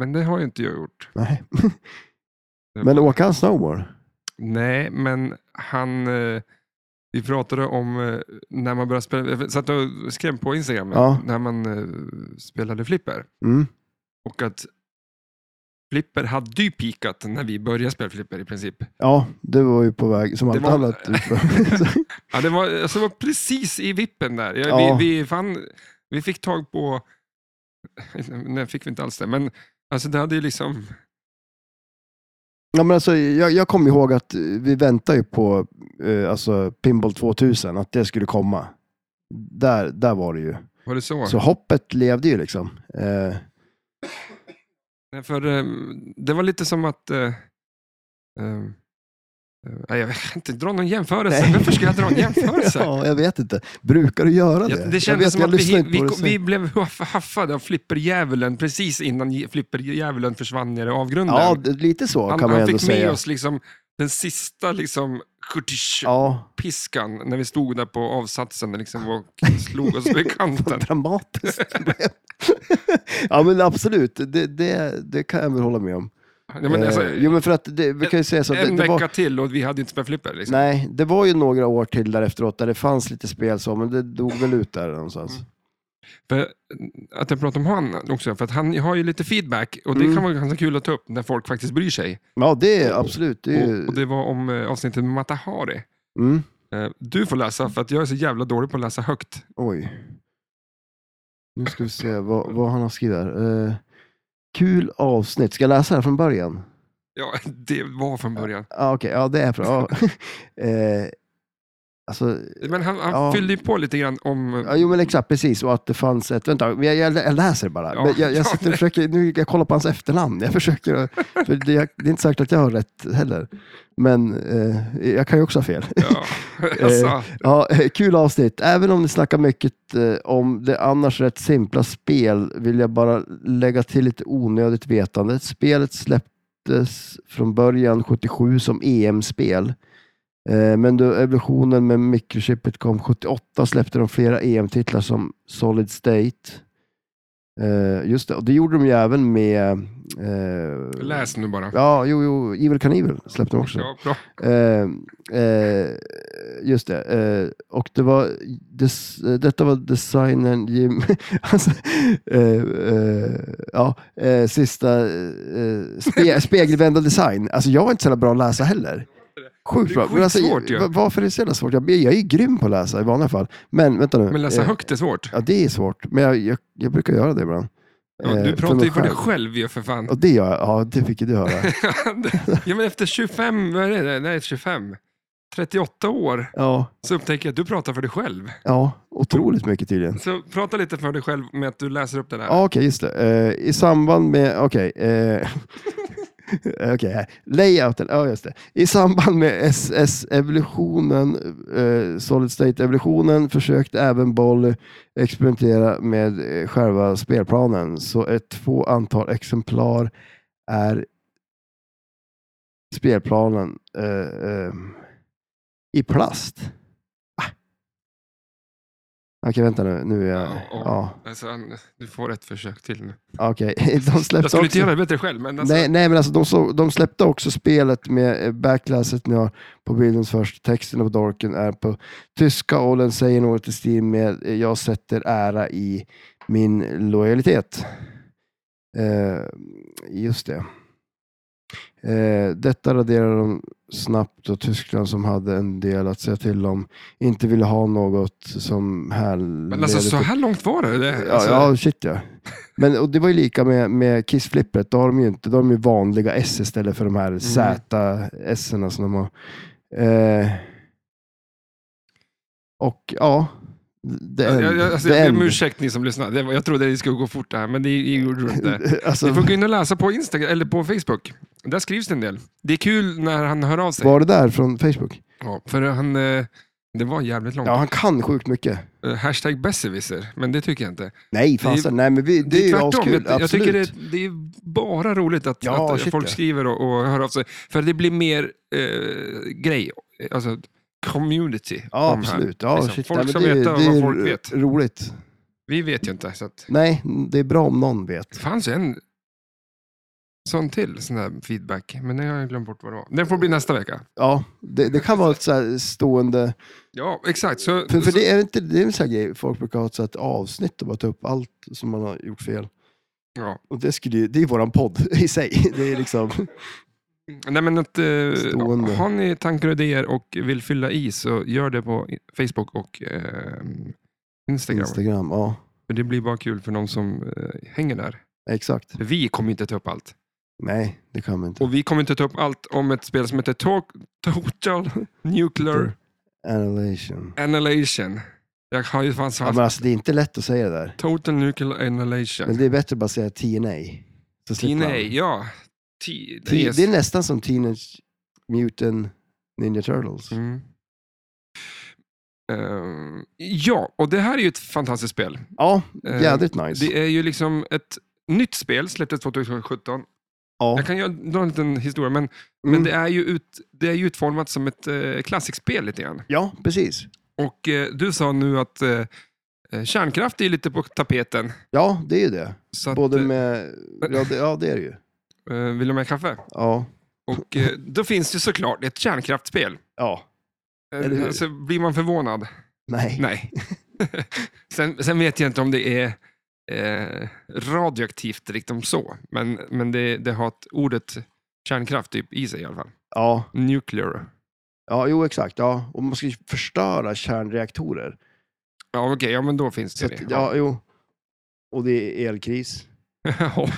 men det har ju inte jag gjort. (laughs) Nej. Men åka han snowboard? Nej, men han... eh, Vi pratade om eh, när man började spela... Jag satt och skrev på Instagram Ja. när man eh, spelade flipper. Mm. Och att flipper hade ju pikat när vi började spela flipper i princip. Ja, du var ju på väg som allt var- (laughs) annat. utför. Ja, det var, alltså, det var precis i vippen där. Jag, Ja. vi, vi, fann, vi fick tag på... (laughs) Nej, fick vi inte alls det. Men alltså, det hade ju liksom... ja, men alltså, jag, jag kommer ihåg att eh, vi väntar ju på eh, alltså, Pinball 2000, att det skulle komma. Där, där var det ju. Var det så? Så hoppet levde ju liksom. Eh, Nej, för, eh, det var lite som att... Eh, eh, nej, jag kan (laughs) inte dra någon jämförelse. nej. Alltså, Varför ska jag (laughs) dra en jämförelse? ja, jag vet inte. Brukar du göra det? Jag, det Jag kändes vet, som jag att vi, lyssnar inte vi, på vi, det sen. blev (laughs) haff- haffade av flipperdjävulen precis innan j- flipperdjävulen försvann ner i avgrunden. Ja, det- lite så han kan man han ändå fick med säga. oss liksom den sista liksom, kurtisch, Ja, piskan när vi stod där på avsatsen liksom, och slog oss (laughs) med kanten. vad dramatiskt. det (laughs) blev. ja, men absolut. Det, det, det kan jag väl hålla med om. Ja, men, alltså, Eh, jo, men för att det, vi kan ju säga så. att en det, det vecka var... till och vi hade inte spelat flipper. Liksom. Nej, det var ju några år till där efteråt där det fanns lite spel så, men det dog väl ut där någonstans. För, eh, att jag pratar om han också, för att han har ju lite feedback och det Mm. kan vara ganska kul att ta upp när folk faktiskt bryr sig. Ja, det är absolut. Det är Och, ju... och det var om eh, avsnittet med Matahari. mm. Eh, Du får läsa, för att jag är så jävla dålig på att läsa högt. Oj. Nu ska vi se vad, vad han har skrivit här. Eh, kul avsnitt. Ska jag läsa det här från början? Ja, (laughs) det var från början. Ja, okej. Ja, det är bra. (laughs) Ja. eh, alltså, Men han, han Ja. fyllde ju på lite grann om... eh, ja, jo, men exakt. Precis. Och att det fanns ett... Vänta, jag, jag, jag läser bara. Ja. Men jag, Ja, jag, sitter och försöker, nu, jag kollar på hans efternamn. Jag försöker... att- För det, jag, det är inte säkert att jag har rätt heller. Men eh, jag kan ju också ha fel. Ja. (laughs) Alltså, Ja, (laughs) kul avsnitt. Även om ni snackar mycket eh, om det annars rätt simpla spel vill jag bara lägga till lite onödigt vetande. Spelet släpptes från början 77 som EM-spel. Eh, Men då evolutionen med mikrochipet kom 78 släppte de flera EM-titlar som Solid State. Eh, Just det, och det gjorde de ju även med... eh, läs nu bara. Ja, jo, jo, Evil Knievel släppte de också. Ja, bra. Eh, eh, just det. Eh, och det var des, eh, detta var designern Jim... (laughs) alltså, eh, eh, ja, eh, sista eh, (laughs) spe, spegelvända design. Alltså, jag är inte så jävla bra att läsa heller. Sjukt Det är bra. Men alltså, skitsvårt ju. va- varför är det så jävla svårt? Jag, jag är ju grym på att läsa i vanliga fall. Men vänta nu. Men läsa Eh, högt är svårt. Ja, det är svårt. Men jag, jag, jag brukar göra det ibland. Ja, Eh, du för pratar mig ju för dig själv ju för fan. (laughs) Och det gör jag. Ja, det fick ju du höra. ja, men efter 25, vad är det? Nej, 25. 38 år Ja, så upptäcker jag att du pratar för dig själv. ja otroligt mycket tydligen. Så prata lite för dig själv med att du läser upp den här. Ja, okej, just det. Eh, I samband med, okej, eh, (laughs) okej, här. layouten, ja just det. I samband med SS-evolutionen, eh, Solid State-evolutionen, försökte även Boll experimentera med eh, själva spelplanen. Så ett två antal exemplar är spelplanen eh, eh, i plast. Ah. Okej, vänta nu. nu är jag, Ja, ja. ja. Alltså, han- du får ett försök till nu. Okej, (laughs) de Jag släppte skulle också... inte göra det bättre själv, men alltså, nej, nej, men alltså de, så, de släppte också spelet med eh, backlasset ni har på bildens först. Texten på dorken är på tyska och den säger något i stil med eh, jag sätter ära i min lojalitet. Eh, just det. Eh, detta raderade de snabbt och Tyskland som hade en del att säga till om inte ville ha något som härleder men alltså så till här långt var det. det alltså, Ja, ja, shit ja. Men och det var ju lika med, med Kiss-flippret. Då har de ju inte, då har de ju vanliga S istället för de Mm. här Z-S som de har. Eh, och ja, det är... Jag, jag, alltså, det jag är- ber om ursäkt ni som lyssnar. Det var- Jag trodde det skulle gå fort det här, men det gjorde det inte. (laughs) alltså, Ni får gå in och läsa på Instagram eller på Facebook. Där skrivs det en del. Det är kul när han hör av sig. var det där från Facebook? Ja, för han, eh, det var jävligt långt. Ja, han kan sjukt mycket. Eh, Hashtag besserwisser, men det tycker jag inte. Nej, fasen. Nej, men vi, det, är ju askul. Jag, jag tycker absolut. det, det är bara roligt att, Ja, att shit, folk ja. skriver och, och hör av sig. För det blir mer eh, grej, alltså community. Ja, om här. absolut. Ja, liksom. shit. Folk Nej, men ska det är- veta det vad är folk vet. roligt. Vi vet ju inte. Så att, Nej, det är bra om någon vet. det fanns ju en sån till sån här feedback, men den har jag glömt bort vad det var. Den får bli nästa vecka. Ja, det, det kan vara ett så här stående... Ja, exakt. Så, För, för så, det är inte det är en sån här grej, folk brukar ha ett, så här, ett avsnitt och bara ta upp allt som man har gjort fel. ja. Och det, skulle, ju- det är våran podd (laughs) i sig. Det är liksom, Nej, men att, eh, Stående. har ni tankar och idéer och vill fylla i så gör det på Facebook och eh, Instagram. Instagram, ja. För det blir bara kul för de som eh, hänger där. Exakt. För vi kommer inte ta upp allt. Nej, det kan man inte. Och vi kommer inte ta upp allt om ett spel som heter To- Total Nuclear Annihilation. Annihilation. Jag har ju fan Ja, sagt men alltså, det är inte lätt att säga det där. Total Nuclear Men Annihilation. det är bättre att bara säga TNA. Så slipper TNA, man. ja. T- T- yes. Det är nästan som Teenage Mutant Ninja Turtles. mm. Ehm, Ja, och det här är ju ett fantastiskt spel. Ja, Eh, jädrigt nice. Det är ju liksom ett nytt spel, släpptes 2017. ja. Jag kan göra dra en liten historia, men, men Mm. det, är ju ut, det är ju utformat som ett eh, klassikspel lite grann. ja, precis. Och eh, du sa nu att eh, eh, kärnkraft är lite på tapeten. Ja, det är ju det. Så att, Både med... Ja, det, ja, det är det ju. eh, vill du ha mer kaffe? Ja. Och (laughs) eh, då finns det såklart ett kärnkraftsspel. Ja. Eller Eh, hur? så blir man förvånad? Nej. Nej. (laughs) sen, sen vet jag inte om det är eh, radioaktivt riktigt om så, men, men det, det har ett, ordet kärnkraft typ i sig i alla fall. Ja. Nuclear. Ja, jo exakt. Ja. Och man ska ju förstöra kärnreaktorer. Ja, okej, ja, men då finns Så det att, det. ja, jo. Och det är elkris. (laughs) Ja.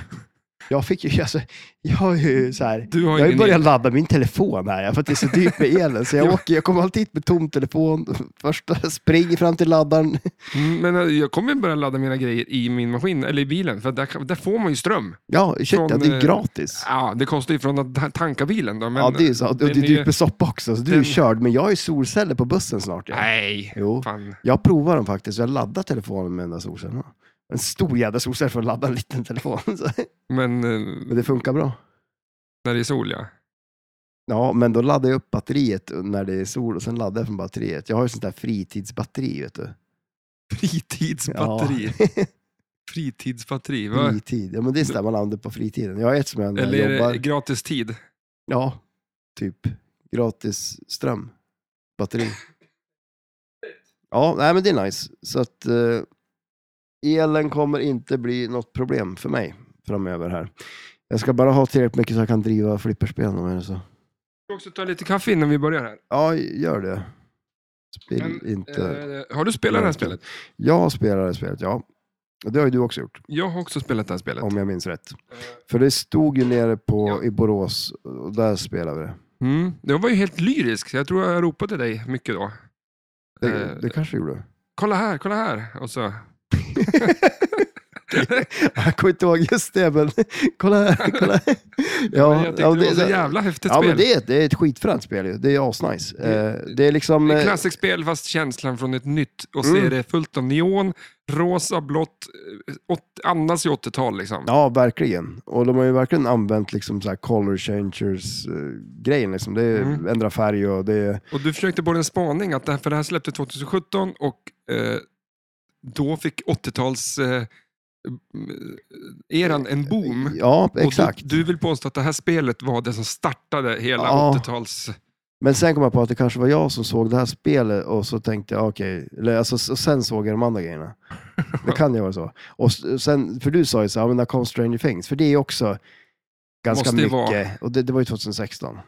Jag fick ju, (laughs) alltså, jag har ju Mm. så här, Du har jag har ju ingen börjat ladda min telefon här, för att det är så dyrt med (laughs) elen. Så jag, Ja. åker, jag kommer alltid hit med tom telefon. (laughs) Första springer fram till laddaren. Mm, Men eh, jag kommer ju börja ladda mina grejer i min maskin, eller i bilen, för där, kan- där får man ju ström. Ja, shit, Från, ja, det är eh, gratis. Ja, det kostar ju från att ta- tanka bilen då. Men ja, det är ju så. Och det är den är ju- dyrt med soppa också, så du är den- körd. Men jag har ju solceller på bussen snart. Ja. Nej, Jo. fan. Jag provar dem faktiskt. Jag laddar telefonen med den där solcellen. En stor jävla solcell för att ladda en liten telefon. (laughs) Så. Men eh, Men det funkar bra. när det är sol ja. Ja, men då laddar jag upp batteriet när det är sol och sen laddar jag från batteriet. Jag har ju sånt där fritidsbatteri, vet du. (laughs) Fritidsbatteri. Fritidsbatteri, Ja, va? fritid. Ja, men det är sånt där man använder på fritiden. Jag har ett som jag när Eller är jag jobbar. det gratis tid? Ja, typ. Gratis ström. Batteri. Ja, nej men det är nice. Så att eh, elen kommer inte bli något problem för mig framöver här. Jag ska bara ha tillräckligt mycket så jag kan driva flipperspelen om jag är så. Jag ska också ta lite kaffe innan vi börjar här. Ja, gör det. Spill Men, inte. Eh, har du spelat det här spelet? Jag spelar det här spelet, ja. Och Det har ju du också gjort, Jag har också spelat det här spelet. om jag minns rätt. Eh, För det stod ju nere på, Ja. i Borås och där spelade vi det. Mm. Jag var ju helt lyrisk, så jag tror jag ropade till dig mycket då. Det, Eh. det kanske gjorde. (laughs) Kolla här, kolla här. Och så, Jag kommer inte ihåg just (laughs) det, men kolla här. Kolla (laughs) här. men jag tyckte det, var så jävla häftigt ja, spel. men det, är, ett- det är ett skitfränt spel. ju. Det är asnice. Eh, Det är liksom... Det är eh, klassikspel fast känslan från ett nytt. Och så Mm. är det fullt av neon, rosa, blått, eh, åt, annars i 80-tal liksom. Ja, verkligen. Och de har ju verkligen använt liksom så här color changers-grejen. Liksom. Det är Mm. ändra färg och det är... Och du försökte både en spaning, att det här, för det här släppte 2017 och eh, då fick 80-tals eh, m- eran en boom. Ja, exakt. Och du, du vill påstå att det här spelet var det som startade hela Ja. 80-tals... Men sen kom jag på att det kanske var jag som såg det här spelet och så tänkte jag okej, eller alltså, s- och sen såg jag de andra grejerna. Det kan ju vara så. Och s- sen, för du sa ju så här, ja, men när kom Stranger Things? För det är ju också ganska Måste ju mycket. vara. Och det, det var ju 2016. Ja,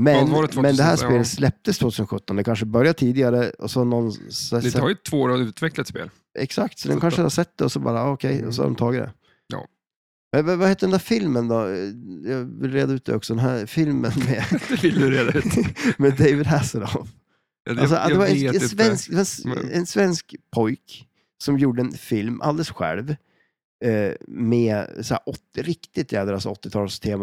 Men, det var det men det här 2016, spelet ja. släpptes 2017. Det kanske började tidigare och så någon... s- Det s- tar ju två år att utveckla ett spel. (laughs) Exakt, så den kanske har sett det och så bara ah, okej, och så har de tagit det. Ja. Men, vad- vad hette den där filmen då? Jag vill reda ut det också. Den här filmen med, Det vill du reda ut. (laughs) med David Hasselhoff. Jag, Alltså, jag det var en, vet en, inte. svensk, en s- Men- en svensk pojk som gjorde en film alldeles själv eh, med så här, åt, riktigt jädra alltså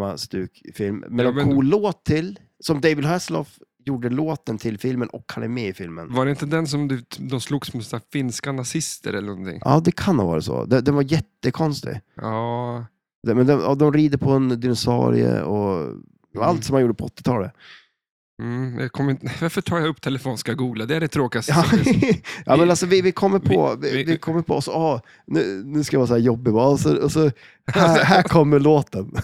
80-talstema-stuk-film med Ja, en men- cool låt till, som David Hasselhoff gjorde låten till filmen och han är med i filmen. Var det inte den som du, de slogs med så här finska nazister eller någonting? Ja, det kan ha varit så. Den, den var jättekonstig. Ja. Den- Men de, ja, de rider på en dinosaurie och och allt som man gjorde på 80-talet. Mm, jag kommer inte, (laughs) varför tar jag upp telefon ska jag googla? Det är det tråkigaste Ja, som finns. (laughs) (laughs) ja men alltså vi, vi kommer på, vi- vi, vi, vi- kommer på oss, ah, nu, nu ska jag vara så här jobbig bara, och så, (laughs) och så här, här kommer låten.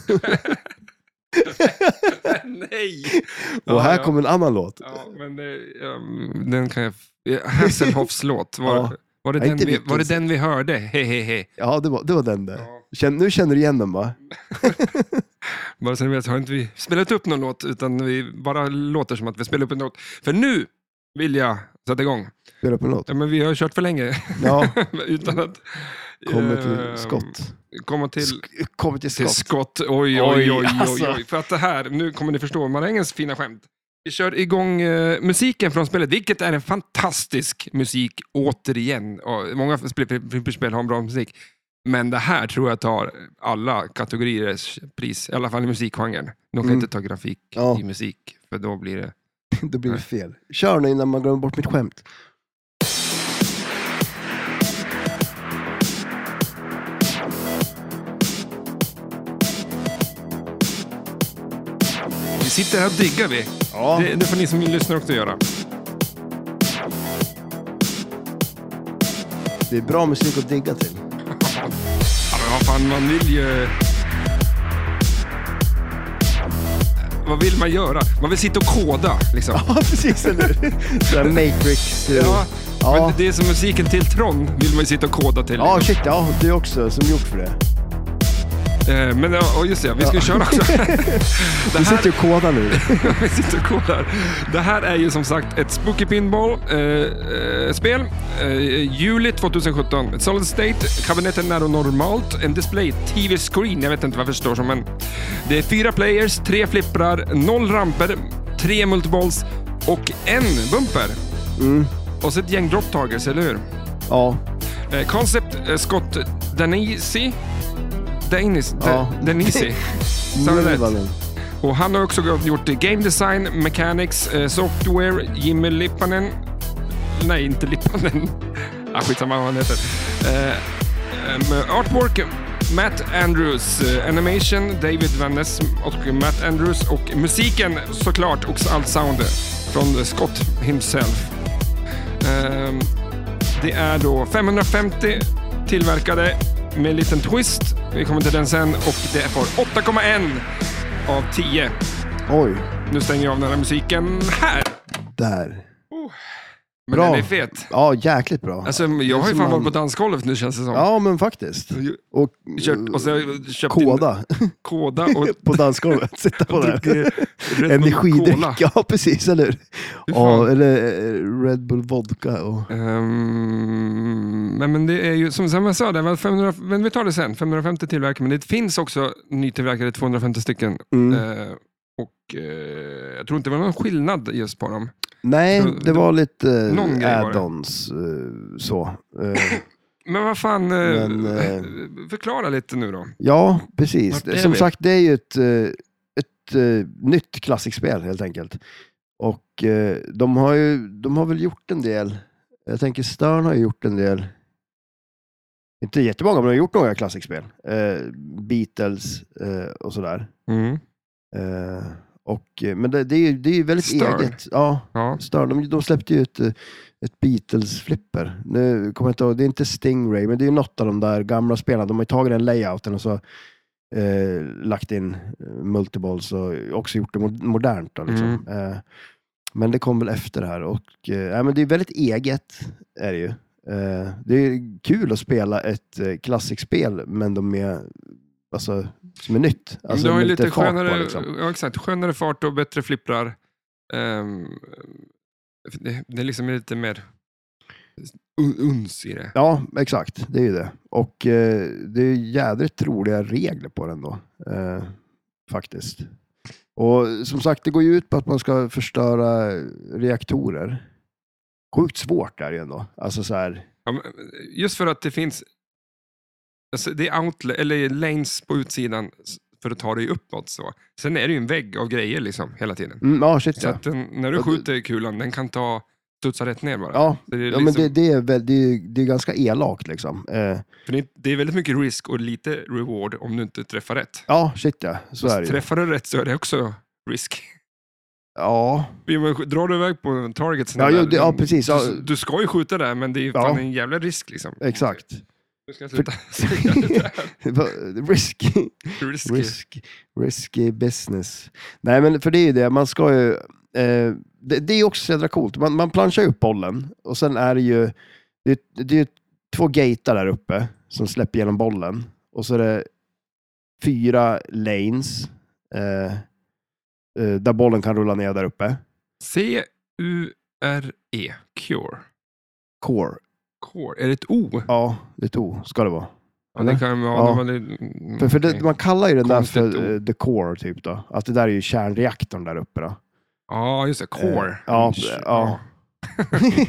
Nej! Och här ja. kommer en annan låt. Ja, men eh, ja, mm, den kan jag... ja, (laughs) Hasselhoffs låt, var, Ja. var, det Ja, den inte vi, vilken var det som- den vi hörde? Hehehe. Ja, det var, det var den där. Ja. Känn, nu känner du igen den va? Bara så ni vet, har inte vi spelat upp någon låt, utan vi bara låter som att vi spelar upp en låt. För nu vill jag sätta igång. Spela upp en låt. Ja, men vi har ju kört för länge (laughs) Ja, utan att... kommer eh, till skott. Komma till... Sk- kommer till Till skott. skott. Oj, oj, oj, Oj, oj, oj, alltså. För att det här, nu kommer ni förstå marängens fina skämt. Vi kör igång eh, musiken från spelet, vilket är en fantastisk musik återigen. Och många spel, spel, spel har en bra musik, men det här tror jag tar alla kategoriers pris, i alla fall i musikgenren. De kan Mm. inte ta grafik Ja. i musik, för då blir det... (laughs) Då blir det fel. Kör nu innan man glömmer bort mitt skämt. Vi sitter här och diggar vi. Ja, Det, det får ni som lyssnar också göra. det är bra musik att digga till. (laughs) Ja, men vad fan, man vill ju... Vad vill man göra? Man vill sitta och koda, liksom. Ja, precis. Eller hur? Så här Matrix. eh, Ja, Ja. Men det är som musiken till Tron vill man ju sitta och koda till. Ja, shit, ja, du också som gjort för det. Eh, Men ja, och just det, vi ska ju köra också. (laughs) Det Vi här- sitter ju och (laughs) kodar nu. Vi sitter och kollar. Det här är ju som sagt ett Spooky eh, Pinball-spel. Eh, juli 2017. Ett solid state, kabinetten nära normalt, en display, TV-screen, jag vet inte vad jag förstår som, men det är fyra players, tre flipprar, noll ramper, tre multiballs och en bumper. Mm. Och så ett gäng drop targets, eller hur? Ja, Eh, Concept eh, Scott Danisi. Danis, Ja. Danisi. Sa (laughs) nu jag var rätt? den. Och han har också gjort game design, mechanics, eh, software, Jimmy Lippanen. Nej, inte Lippanen. (laughs) Ah, skitsamma vad han heter. Eh, em, artwork, Matt Andrews. eh, animation, David Van Ness och Matt Andrews. Och musiken såklart, och allt sound från Scott himself. Ehm, det är då 550 tillverkade med en liten twist. Vi kommer till den sen. Och det får 8,1 av 10. Oj, Nu stänger jag av den här musiken här. där. Men Bra. den är fet. Ja, jäkligt bra. Alltså, jag har ju som fan man- varit på dansgolvet nu känns det som. Ja, men faktiskt. Och, eh, Kört, och så har jag köpt In koda (laughs) koda och på (laughs) dansgolvet. Sitta på druckit där. Red Bull Cola. Energidryck, ja precis, eller hur? fan. Ja, eller eh, Red Bull Vodka och... Ehm, men, men det är ju, som som jag sa, det var 500, men vi tar det sen. 550 tillverkare, men det finns också nytillverkade 250 stycken. Mm. Eh, och eh, jag tror inte det var någon skillnad just på dem. Nej, så det- det var lite eh, någon grej var det. add-ons eh, så. Eh, Men vad fan, eh, Men, eh, förklara lite nu då. ja, Vart precis. är Som vi? sagt, det är ju ett, eh, ett eh, nytt klassikspel helt enkelt. Och eh, de har ju, de har väl gjort en del. Jag tänker Stern har ju gjort en del. Inte jättemånga, men de har gjort några klassikspel. Eh, Beatles eh, och sådär. Mm. Eh, och, eh, men det, det är ju det är ju väldigt Stern. eget. Ja, Ja. Stern. De, de släppte ju ett, eh, ett Beatles-flipper. Nu kommer jag inte ihåg, det är inte Stingray, men det är ju något av de där gamla spelarna. De har ju tagit den layouten och så eh, lagt in eh, multiballs och också gjort det mo- modernt. Då, liksom. Mm. eh, men det kom väl efter det här. Och, eh, ja, men det är väldigt eget, är det ju. Eh, det är kul att spela ett eh, klassikspel, men de är Alltså, som är nytt. Alltså, du har ju med lite fart på, skönare, liksom. ja, exakt, skönare fart och bättre flipprar. Ehm, det, det är liksom lite mer un- uns i det. Ja, exakt. Det är ju det. Och eh, det är ju jädrigt roliga regler på den då. Eh, faktiskt. Och som sagt, det går ju ut på att man ska förstöra reaktorer. Sjukt svårt är det ju ändå. Alltså så här, Ja, men just för att det finns alltså det är outlet, eller lanes på utsidan s- för att ta dig uppåt. Så. Sen är det ju en vägg av grejer liksom, hela tiden. mm, ja shit Så ja. att den, när du Ja, det- skjuter kulan, den kan ta studsa rätt ner bara. Ja, Så det, är ja liksom, men det, det, är väl, det, är, ju- det är ganska elakt liksom. Eh, för det, är- det är väldigt mycket risk och lite reward om du inte träffar rätt. ja, shit ja. Så är det ju. Träffar du rätt så är det också risk. Ja, Ja, men Drar du iväg på targets Ja, jo, det- ja, precis. Ja. Du, du ska ju skjuta där, men det är ju Ja. fan en jävla risk. Liksom. exakt. (laughs) Du ska jag (laughs) sluta säga det där. Risk. Risky. (laughs) Risk, risky business. Nej, men för det är ju det, man ska ju... Eh, det, det är ju också så jädra coolt. Man, man planchar ju upp bollen och sen är det ju... Det, är- det är ju två gatar där uppe som släpper igenom bollen. Och så är det fyra lanes eh, eh, där bollen kan rulla ner där uppe. C-U-R-E. Cure. Core. Core. E, Är det ett O? Ja, det är ett O ska det vara. Ja, det eller? kan ju Ja. vara. men det- mm, För, för det, okej. man kallar ju den där Konstigt för eh, the core, typ då. Att det där är ju kärnreaktorn där uppe då. Ja, just det. Core. Mm. Eh, ja, ja.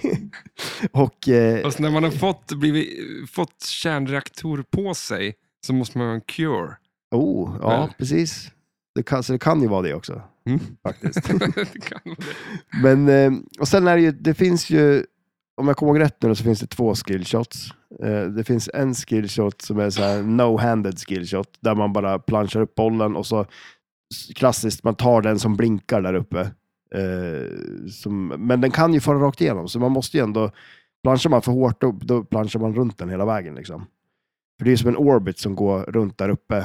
(laughs) och... Eh, Fast Alltså, när man har fått, blivit, fått kärnreaktor på sig så måste man ha en cure. (laughs) Oh, ja, Eller? precis. Det kan, så det kan ju vara det också, Mm. faktiskt. det kan vara det. Men, eh, och sen är det ju, det finns ju, om jag kommer ihåg rätt nu då, så finns det två skillshots. Eh, det finns en skillshot som är så här no-handed skillshot, där man bara planchar upp bollen och så s- klassiskt, man tar den som blinkar där uppe. Eh, som, men den kan ju fara rakt igenom, så man måste ju ändå, planchar man för hårt upp, då planchar man runt den hela vägen. Liksom. För det är ju som en orbit som går runt där uppe.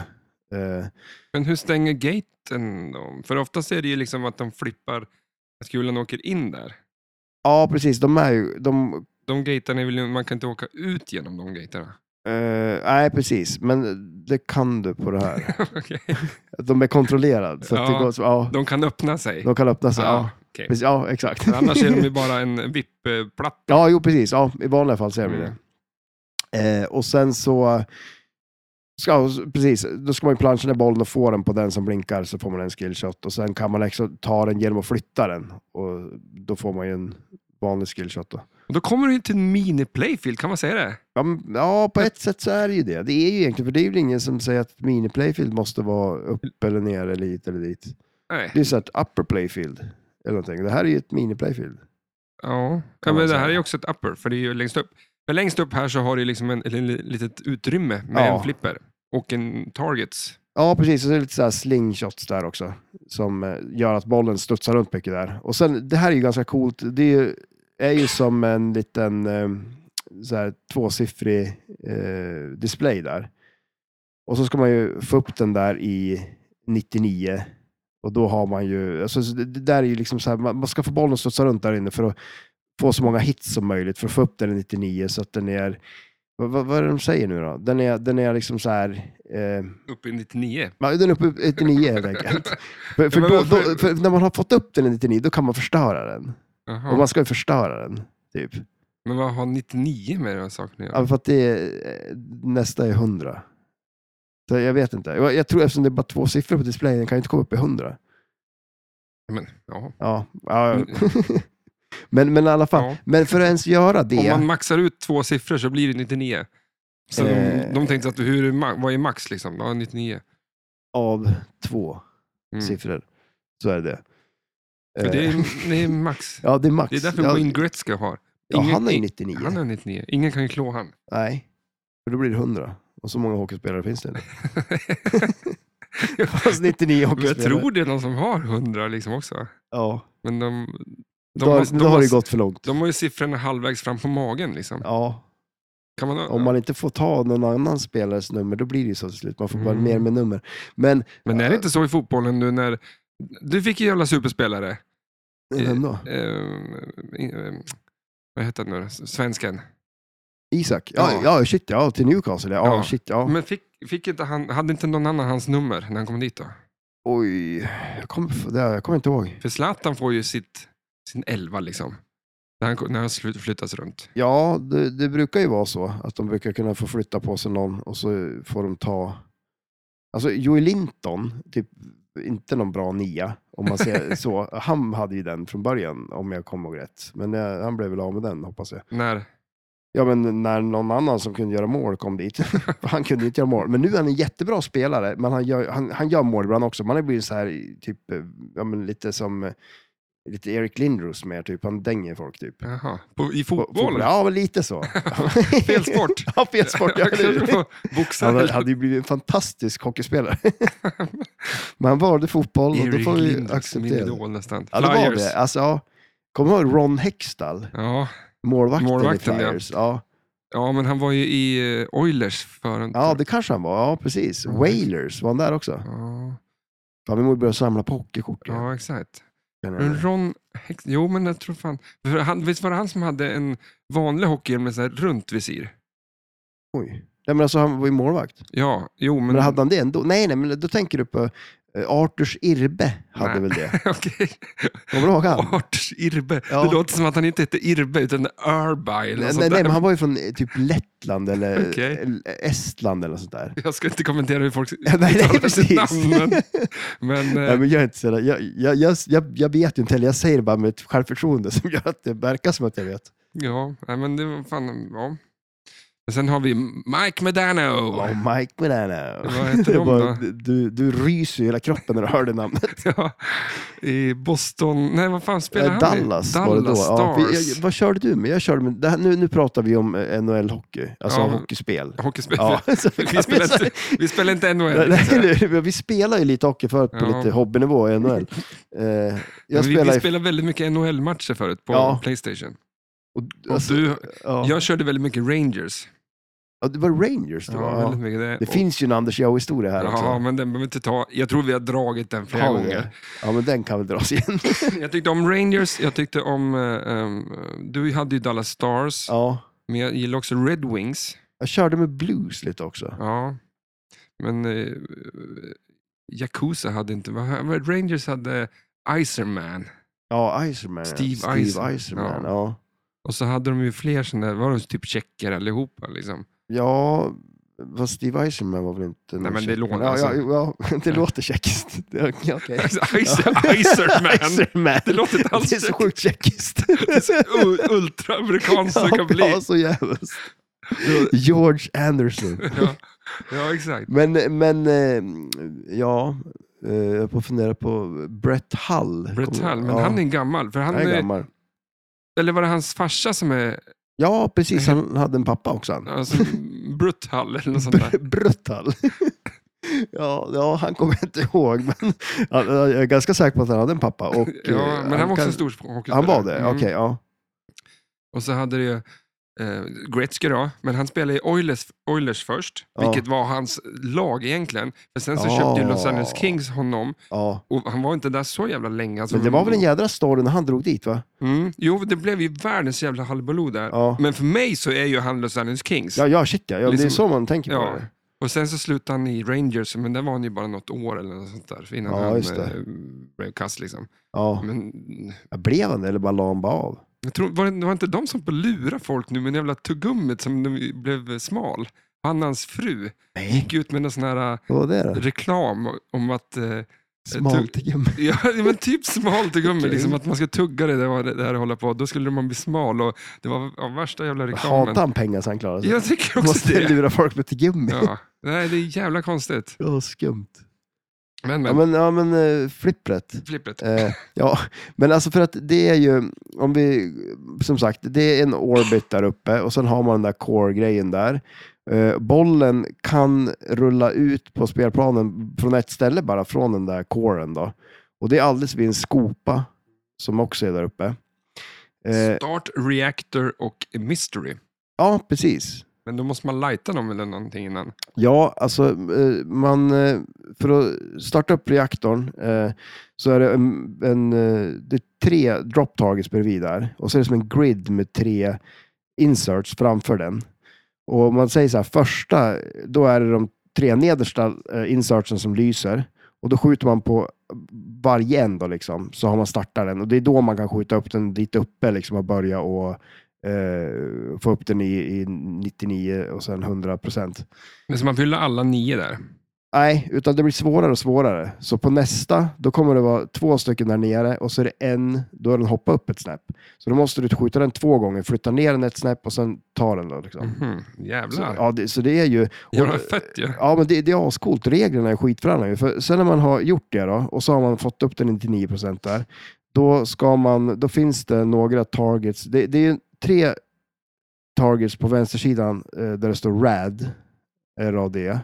Eh, Men hur stänger gaten då? För oftast är det ju liksom att de flippar, att kulan åker in där. Ja, precis. De är ju, de, (laughs) De gaterna vill ju, man kan inte åka ut genom de gaterna. Eh, nej, precis. Men det kan du på det (laughs) här. Okej. De är kontrollerade. Så att Ja. det går, så, ja, De kan öppna sig. de kan öppna sig. Ja, okej. precis, ja exakt. För annars är de (laughs) ju bara en VIP-platt. Ja, jo precis. Ja, I vanliga fall så är det Mm. det. Eh, och sen så... Ska, ja, precis, då ska man ju plancha ner bollen och få den på den som blinkar så får man en skillshot. Och sen kan man liksom ta den genom att flytta den. Och då får man ju en vanlig skillshot. Då. Och Då kommer du ju till en mini-playfield, kan man säga det? Ja, men, ja, på ett sätt så är det ju det. Det är ju egentligen, för det är ju ingen som säger att mini-playfield måste vara upp eller ner eller hit eller dit. Nej. Det är ju så här ett upper playfield. Eller någonting. Det här är ju ett mini-playfield. Ja, ja men Kan man det här säga. är ju också ett upper, för det är ju längst upp. Men längst upp här så har du liksom en, ett litet utrymme med Ja. en flipper och en targets. Ja, precis. Och så är det lite så här slingshots där också. Som eh, gör att bollen studsar runt mycket där. Och sen, det här är ju ganska coolt. Det är ju, är ju som en liten eh, så här, tvåsiffrig eh, display där. Och så ska man ju få upp den där i 99. Och då har man ju, alltså, så det, det där är ju liksom så här, man, man ska få bollen att studsa runt där inne för att få så många hits som möjligt. För att få upp den i 99 så att den är, vad, vad, vad är det de säger nu då? Den är, den är liksom så här, eh, Upp i 99. Ja, den är uppe i (laughs) 99 helt enkelt. För, för, men då, varför- då, för när man har fått upp den i 99, då kan man förstöra den. Jaha. Och man ska ju förstöra den. Typ. Men vad har 99 med den här saken att göra? Ja, för att det är, eh, nästa är 100. Så jag vet inte. Jag, jag tror eftersom det är bara två siffror på displayen, den kan ju inte komma upp i 100. Men, ja. Ja, ja. Mm. (laughs) men, men i alla fall. Ja. Men för att ens göra Om man det. maxar ut två siffror så blir det 99. Så de, Eh. de tänkte att hur, är ma- vad är max liksom? Ja, 99. Av två Mm. siffror. Så är det För det, Eh, är, det är max. (laughs) Ja, det är max. Det är därför ja, Wayne Gretzky har. ja, ingen- han är ju i- 99. Han har 99. Ingen kan ju klå (laughs) han. Nej, för då blir det 100. Och så många hockeyspelare finns det inte. Fast Men 99 hockeyspelare. jag tror det är någon som har 100 liksom också. Ja, Men de, de, då, har- har, de, då har har, det gått för långt. de har ju siffrorna halvvägs fram på magen. Liksom. Ja, Kan man, om man inte får ta någon annan spelares nummer, då blir det ju så till slut. Man får bara Mm. mer med nummer. Men Men är det inte så i fotbollen nu när... Du fick ju alla superspelare. Eh, vem då? Ehm, ehm, vad heter han nu då? Svensken. Isak? Ja, ja. shit ja, till Newcastle. Ja, Ja. shit ja. Men fick, fick inte han, hade inte någon annan hans nummer när han kom dit då? Oj, jag kommer, det, jag kommer inte ihåg. För Zlatan får ju sitt, sin elva liksom. När han, när han slu- flyttas runt. Ja, det, det brukar ju vara så att de brukar kunna få flytta på sig någon och så får de ta... Alltså Joey Linton, typ inte någon bra nia om man säger så. Han hade ju den från början om jag kommer ihåg rätt. Men eh, han blev väl av med den hoppas jag. När, Ja, men när någon annan som kunde göra mål kom dit. (laughs) han kunde inte göra mål. Men nu är han en jättebra spelare, men han gör, han, han gör mål ibland också. Man har blivit så här, typ, eh, ja, men lite som eh, lite Erik Lindros mer, typ. han dänger folk. typ. jaha, på, I På- fotboll. (laughs) fotboll? Ja, men lite så. Fel sport. (laughs) ja, fel sport. (laughs) Ja, eller hur? Boxare? han hade- hade ju blivit en fantastisk hockeyspelare. (laughs) men han valde fotboll och då (laughs) Erik får vi Lindros, min acceptera det. idol nästan. Ja, det var Flyers. det. Alltså, ja. Kommer du ihåg Ron Hextall? Ja, Målvakten, Målvakten, i ja. Flyers. Ja. ja, men han var ju i eh, Oilers förut. Ja, det kanske han var. Ja, precis. Ja. Wailers var han där också. ja, Fan, vi måste börja samla på eh, hockeykort. igen, ja, exakt. känner jag. Men Ron Hex... Jo, men jag tror fan... För han, visst var det han som hade en vanlig hockeyhjälm med så här runt visir? Oj. Nej, men alltså han var ju målvakt. Ja, jo, men... Men hade han det ändå? Nej, nej, men då tänker du på eh, Arturs Irbe Nej. hade väl det. (laughs) Okej. Kommer du (laughs) ihåg han? Arturs Irbe. Ja. Det låter som att han inte hette Irbe, utan Irby eller Nej, något nej, sånt nej, där. men han var ju från eh, typ Lettland eller Okej. Eh. eller Estland eller något sånt där. Jag ska inte kommentera hur folk Ja, nej, nej, precis. namn, men, men, Nej, eh, men jag, är inte sådär. Jag, jag, jag, jag, jag vet ju inte heller, jag säger bara med ett självförtroende som gör att det verkar som att jag vet. ja, nej, men det var fan... Ja. Men sen har vi Mike Medano. Oh, Mike Milano. Vad heter Det är de (laughs) bara- då? du- Du, du ryser i hela kroppen när du hör det namnet. Ja, I Boston, nej vad fan spelade Eh, han i? Dallas, Dallas var det då. Ja, Stars. vi- jag, vad körde du med? Jag körde med det här, nu, nu pratar vi om eh, NHL-hockey, alltså Ja. hockeyspel. Hockeyspel. Ja, så (laughs) Vi, kan vi spelar säga- inte, vi spelar inte NHL. Nej, nej, eller hur? vi spelar ju lite hockey förut på Ja. lite hobbynivå i NHL. Eh, Men vi, jag spelar vi ju... spelade väldigt mycket NHL-matcher förut på Ja. Playstation. och- Och alltså, du, ja. Jag körde väldigt mycket Rangers. Ja, det var Rangers det Ja, var. väldigt Ja. mycket det. Det finns ju en Anders Joe-historia här också. Ja, men den behöver vi inte ta. Jag tror vi har dragit den flera Har vi gånger. (laughs) det? Ja, men den kan väl dras igen. Jag tyckte om Rangers, jag tyckte om... eh, ehm, du hade ju Dallas Stars, Ja, men jag gillade också Red Wings. Jag körde med blues lite också. Ja. Men eh, Yakuza hade inte... vad- vad- Rangers hade Iserman. Ja, Iserman. Steve Steve Eisenman, Eisenman, ja. ja. Och så hade de ju fler sådana där, var de typ tjecker allihopa (laughs) liksom? Ja, fast Steve Eisenman var väl inte... någon men det tjeck. låter- ja, alltså- ja, (laughs) ja, det låter tjeckiskt. Det är- Okej. (laughs) Iser, (laughs) Iserman! Eisenman. Det låter alltså- inte alls Det är så tjeckiskt. sjukt tjeckiskt. (laughs) U- Ultraamerikanskt det kan Ja, bli. så jävligt. George Anderson. Ja, ja exakt. Men, men eh, ja, eh, jag höll på att fundera på Brett Hull. Brett Kommer- Hull, men ja, han är en gammal. För han, han är är- gammal. eller var det hans farsa som är Ja, precis. Han hade en pappa också. Han. alltså, (laughs) Brutt Hull eller något sånt där? Brett Hull. (laughs) ja, ja, han kommer jag inte ihåg, (laughs) men ja, jag är ganska säker på att han hade en pappa. Och, eh, (laughs) Ja, men han var också kan- en stor hockeyspelare. Han var det? Mm. Okej, ja. Och så hade det ju eh, Gretzky då, men han spelade i Oilers, Oilers först, Ja. vilket var hans lag egentligen. Men sen så Ja. köpte ju Los Angeles Kings honom ja. och han var inte där så jävla länge. Alltså, Men det var väl en jädra story när han drog dit, va? mm. Jo, det blev ju världens jävla halvbaloo där. Ja, Men för mig så är ju han Los Angeles Kings. ja, ja shit ja. ja det är Liksom- så man tänker på Ja. det. Och sen så slutade han i Rangers, men där var han ju bara något år eller något sånt där innan Ja, han just det. eh, blev kass. Liksom. Ja. Men Blev han det eller bara la han bara av? jag tror, var, det, var inte de som på lura folk nu med det jävla tuggummit som nu blev smal? Han och hans fru Nej. gick ut med någon sån här eh, Vad var det då? reklam om att, eh, (laughs) Smalt gummi. ja men typ smal tuggummi, Okej. liksom, att man ska tugga det där, vad det där och hålla på, då skulle man bli smal och det var ja, värsta jävla reklamen. Hatar han pengar så han klarar sig? Jag tycker också Måste det. lura folk med till gummi. Ja. Ja. Nej, det är jävla konstigt. skumt. Men, Ja men, men, ja, men eh, flippret. flippret. Eh, ja, men alltså för att det är ju, om vi, som sagt, det är en orbit där uppe och sen har man den där core-grejen där. Eh, bollen kan rulla ut på spelplanen från ett ställe bara, från den där coren då. Och det är alldeles vid en skopa som också är där uppe. Eh, Start, Reactor och Mystery. ja, precis. Men då måste man lighta dem eller någonting innan. Ja, alltså eh, man, eh, för att starta upp reaktorn eh, så är det, en, en, eh, det är tre drop targets bredvid där och så är det som en grid med tre inserts framför den. Och om man säger så här, första, då är det de tre nedersta eh, insertsen som lyser och då skjuter man på varje en då liksom, så har man startat den och det är då man kan skjuta upp den dit uppe liksom och börja och eh, få upp den i, i 99 och sen 100 procent. Men så man fyller alla nio där. Nej, utan det blir svårare och svårare. Så på nästa, då kommer det vara två stycken där nere och så är det en, då är den hoppa upp ett snäpp. Så då måste du skjuta den två gånger, flytta ner den ett snäpp och sen ta den då. Liksom. Mhm, Så, Jävlar. ja, det, så det är ju... Jävlar vad och- fett ju. Ja, men det, det är ascoolt. Reglerna är skitfräna ju. För sen när man har gjort det då, och så har man fått upp den till 9 där, då, ska man, då finns det några targets. Det, det är ju tre targets på vänstersidan eh, där det står RAD. RAD.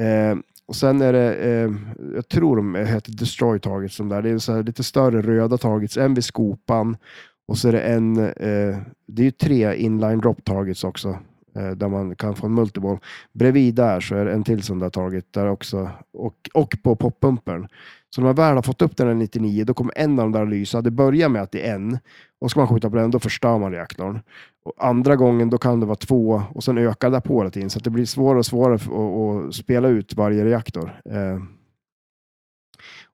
Eh, och sen är det, eh, jag tror de heter Destroy Targets, de där. det är så här lite större röda targets, en vid skopan och så är det en, eh, det är ju tre inline drop targets också, eh, där man kan få en multiball. Bredvid där så är det en till sån där target där också och, och på poppumpern. Så när man väl har fått upp den här 99 då kommer en av dem där att lysa. Det börjar med att det är en och ska man skjuta på den då förstör man reaktorn. Och andra gången då kan det vara två och sen ökar det på hela tiden så att det blir svårare och svårare f- att- att spela ut varje reaktor. Eh.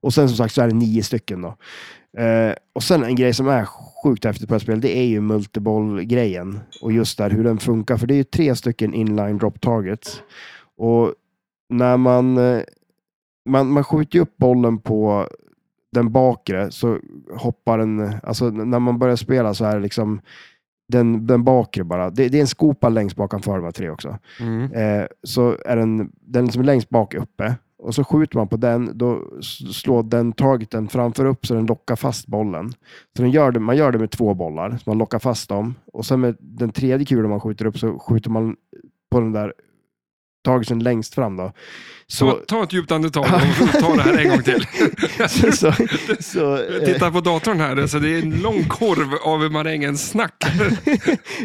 Och sen som sagt så är det nio stycken då. Eh, och sen en grej som är sjukt häftigt på det här spelet, det är ju multiboll-grejen. Och just där hur den funkar, för det är ju tre stycken inline drop targets. Och när man, eh, man, man skjuter ju upp bollen på den bakre så hoppar den, alltså n- när man börjar spela så är det liksom den, den bakre bara, det, det är en skopa längst bakanför de här tre också. Mm. Eh, så är den, den som är längst bak uppe. Och så skjuter man på den, då s- slår den targeten framför upp så den lockar fast bollen. Så den gör det, man gör det med två bollar, så man lockar fast dem. Och sen med den tredje kulan man skjuter upp så skjuter man på den där targeten längst fram. Då. Så Så, ta ett djupt (laughs) andetag och ta det här en gång till. så, (laughs) så, (laughs) så, Jag eh, tittar på datorn här, så det är en lång korv av marängens (laughs) snack.